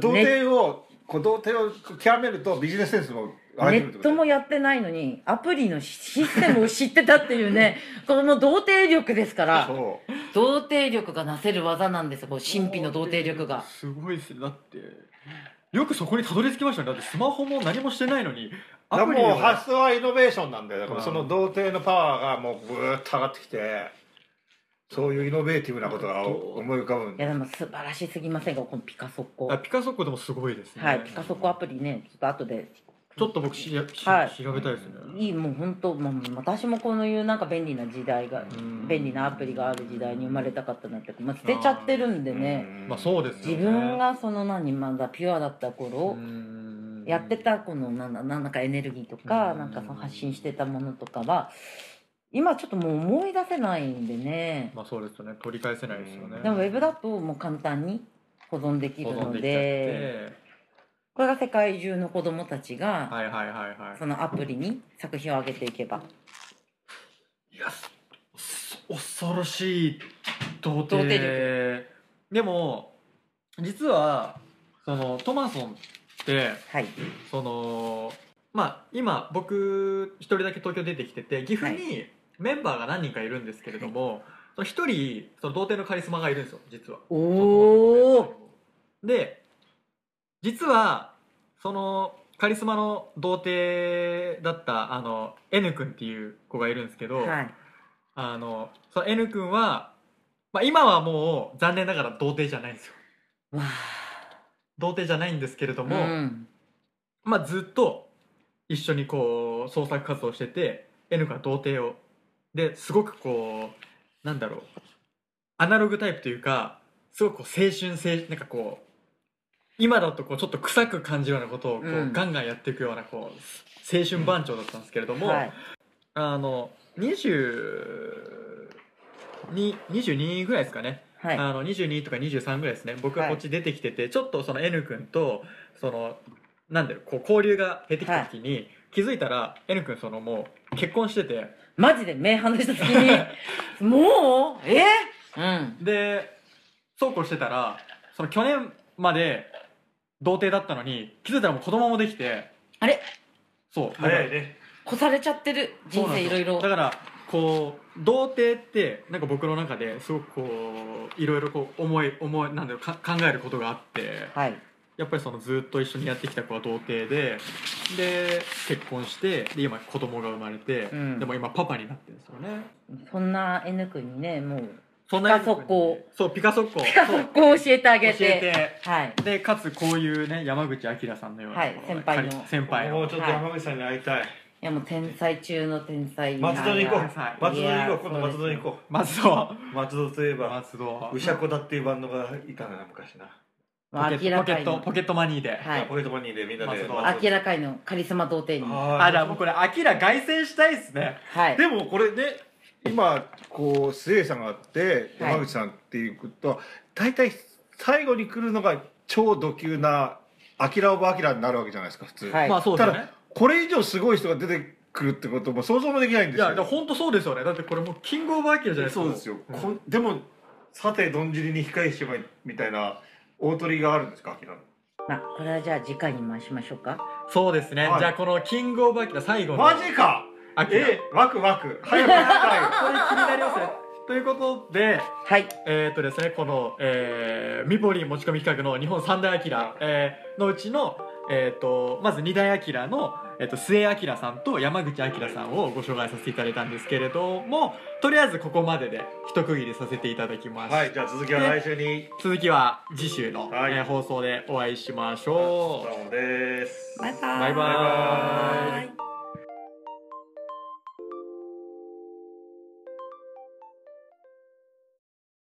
[SPEAKER 2] 童貞を、こう童貞を極めるとビジネスセンスも上がって
[SPEAKER 3] ネ
[SPEAKER 2] くるって
[SPEAKER 3] ッ
[SPEAKER 2] こと
[SPEAKER 3] トもやってないのにアプリのシステムを知ってたっていうねこの童貞力ですから
[SPEAKER 2] そう
[SPEAKER 3] 童貞力がなせる技なんですよこう神秘の童貞力が
[SPEAKER 1] すごいですねだってよくそこにたどり着きましたねだってスマホも何もしてないのに
[SPEAKER 2] だから
[SPEAKER 1] アプリ
[SPEAKER 2] もう
[SPEAKER 1] を
[SPEAKER 2] 発想はイノベーションなんだよだか
[SPEAKER 1] う
[SPEAKER 2] ら
[SPEAKER 1] ん
[SPEAKER 2] その童貞のパワーがもうぐーっと上がってきてそういうイノベーティブなことが思い浮かぶん
[SPEAKER 3] いやでも素晴らしすぎませんがこのピカソッコ
[SPEAKER 1] あピカソッコでもすごいですね、
[SPEAKER 3] はいピカソッコアプリねちょっと後で
[SPEAKER 1] ちょっと僕し、し
[SPEAKER 3] はい
[SPEAKER 1] 調べたいですね、
[SPEAKER 3] いいもう本当もう私もこのいうなんか便利な時代が
[SPEAKER 1] ん
[SPEAKER 3] 便利なアプリがある時代に生まれたかったなって、まあ、捨てちゃってるんでね
[SPEAKER 1] まあそうですよね
[SPEAKER 3] 自分がその何まだピュアだった頃
[SPEAKER 1] うん
[SPEAKER 3] やってたこのなんだなんだかエネルギーとか
[SPEAKER 1] うん
[SPEAKER 3] なんかその発信してたものとかは今ちょっともう思い出せないんでね
[SPEAKER 1] まあそうですよね取り返せないですよね
[SPEAKER 3] でもウェブだともう簡単に保存できるの
[SPEAKER 1] 保存
[SPEAKER 3] で
[SPEAKER 1] で
[SPEAKER 3] これが世界中の子どもたち
[SPEAKER 1] きちゃって
[SPEAKER 3] が
[SPEAKER 1] はいはいはいはい
[SPEAKER 3] そのアプリに作品を上げていけば
[SPEAKER 1] いやそ恐ろしい童貞
[SPEAKER 3] 童貞
[SPEAKER 1] でも実はそのトマソンって
[SPEAKER 3] はい
[SPEAKER 1] そのまあ今僕一人だけ東京出てきてて岐阜にメンバーが何人かいるんですけれどもその一人その童貞のカリスマがいるんですよ実は。
[SPEAKER 3] おお
[SPEAKER 1] で実はそのカリスマの童貞だったあの N 君っていう子がいるんですけど、
[SPEAKER 3] はい
[SPEAKER 1] あのその N 君は、まあ、今はもう残念ながら童貞じゃないんですよ
[SPEAKER 3] わ
[SPEAKER 1] 童貞じゃないんですけれど
[SPEAKER 3] あ
[SPEAKER 1] も、
[SPEAKER 3] うん
[SPEAKER 1] まあ、ずっと一緒にこう創作活動してて N 君は童貞をですごくこうなんだろうアナログタイプというかすごくこう青春青なんかこう今だとこうちょっと臭く感じるようなことをこう、
[SPEAKER 3] うん
[SPEAKER 1] ガンガンやっていくようなこう青春番長だったんですけれども、
[SPEAKER 3] はい
[SPEAKER 1] あの20 22ぐらいですかね、
[SPEAKER 3] はい
[SPEAKER 1] あの22とか23ぐらいですね僕がこっち出てきてて、ちょっとその N 君とそのなんだろうこう交流が減ってきた時に、気づいたら N 君そのもう結婚してて
[SPEAKER 3] マジで目離した時 にもうえうん
[SPEAKER 1] でそうこうしてたらその去年まで童貞だったのに気づいたらもう子供もできて
[SPEAKER 3] あれ
[SPEAKER 1] そう
[SPEAKER 2] 早いね
[SPEAKER 3] 越されちゃってる人
[SPEAKER 1] そうなん
[SPEAKER 3] 生
[SPEAKER 1] で
[SPEAKER 3] い
[SPEAKER 1] すよ
[SPEAKER 3] ろいろ
[SPEAKER 1] だからこう童貞ってなんか僕の中ですごくこういろいろこう思い思いなんだろうか考えることがあって
[SPEAKER 3] はい
[SPEAKER 1] やっぱりそのずっと一緒にやってきた子は童貞でで結婚してで今子供が生まれて、
[SPEAKER 3] うん
[SPEAKER 1] でも今パパになってるんですよね
[SPEAKER 3] そんな N 君にねもう
[SPEAKER 1] そん
[SPEAKER 3] ピカソッコ
[SPEAKER 1] そうピカソッコ
[SPEAKER 3] ピカソッコを教えてあ
[SPEAKER 1] そう
[SPEAKER 3] げ
[SPEAKER 1] 教
[SPEAKER 3] て
[SPEAKER 1] え
[SPEAKER 3] はい
[SPEAKER 1] てでかつこういうね山口明さんのような、
[SPEAKER 3] はい先輩の
[SPEAKER 1] 彼先輩
[SPEAKER 2] も
[SPEAKER 1] の
[SPEAKER 2] うちょっと山口さんに会いたい、
[SPEAKER 3] いやもう天才中の天才
[SPEAKER 2] 松戸に行こう
[SPEAKER 1] はいはい
[SPEAKER 2] 松戸に行こう
[SPEAKER 3] いや
[SPEAKER 2] 今度松戸に行こ
[SPEAKER 1] 松戸
[SPEAKER 2] う松戸といえば
[SPEAKER 1] 松戸
[SPEAKER 2] ウシャコダっていうバンドがいたんだな昔な、
[SPEAKER 1] ポケ
[SPEAKER 3] 明
[SPEAKER 1] ットポケ
[SPEAKER 3] らか
[SPEAKER 1] ッ
[SPEAKER 3] に
[SPEAKER 1] トポケットマニーで、
[SPEAKER 3] はい
[SPEAKER 2] ポケットマニーでみんなで
[SPEAKER 1] 松戸
[SPEAKER 2] 松戸
[SPEAKER 3] 明らかにのカリスマ童貞に
[SPEAKER 2] あー
[SPEAKER 1] あらもうこれアキラ凱旋したいですね
[SPEAKER 3] はい
[SPEAKER 2] でもこれね今こう末さんがあって
[SPEAKER 3] はい
[SPEAKER 2] 山口さんっていうことは、大体最後に来るのが超ド級な「アキラオブアキラ」になるわけじゃないですか普通、
[SPEAKER 3] はい
[SPEAKER 1] まあそうですよ
[SPEAKER 2] た
[SPEAKER 1] ね
[SPEAKER 2] だこれ以上すごい人が出てくるってことも想像もできないんで
[SPEAKER 1] い
[SPEAKER 2] すよ
[SPEAKER 1] やでも本当そうですよねだってこれもうキングオブアキラじゃないですか
[SPEAKER 2] そうですよ、
[SPEAKER 1] ん
[SPEAKER 2] こんでもさてどんじりに控えしまいみたいな大鳥があるんですかアキラの
[SPEAKER 3] まあこれはじゃあ次回に回しましょうか
[SPEAKER 1] そうですね、
[SPEAKER 2] はい
[SPEAKER 1] じゃあこのキングオブアキラ最後の
[SPEAKER 2] マジか
[SPEAKER 1] アキラ
[SPEAKER 2] えワクワク早く会 いたい
[SPEAKER 1] これ気になりますねということで
[SPEAKER 3] はい
[SPEAKER 1] えーっとですねこの、えーミポリン持ち込み企画の日本三大アキラ、えーのうちのえーっとまず二大アキラの、えーっと末アキラさんと山口アキラさんをご紹介させていただいたんですけれどもとりあえずここまでで一区切りさせていただきました、
[SPEAKER 2] はいじゃあ続きは来週に
[SPEAKER 1] 続きは次週の、
[SPEAKER 2] はい
[SPEAKER 1] えー放送でお会いしまし
[SPEAKER 2] ど
[SPEAKER 1] ょう
[SPEAKER 2] うもです
[SPEAKER 3] バイバーイ
[SPEAKER 1] バイバーイ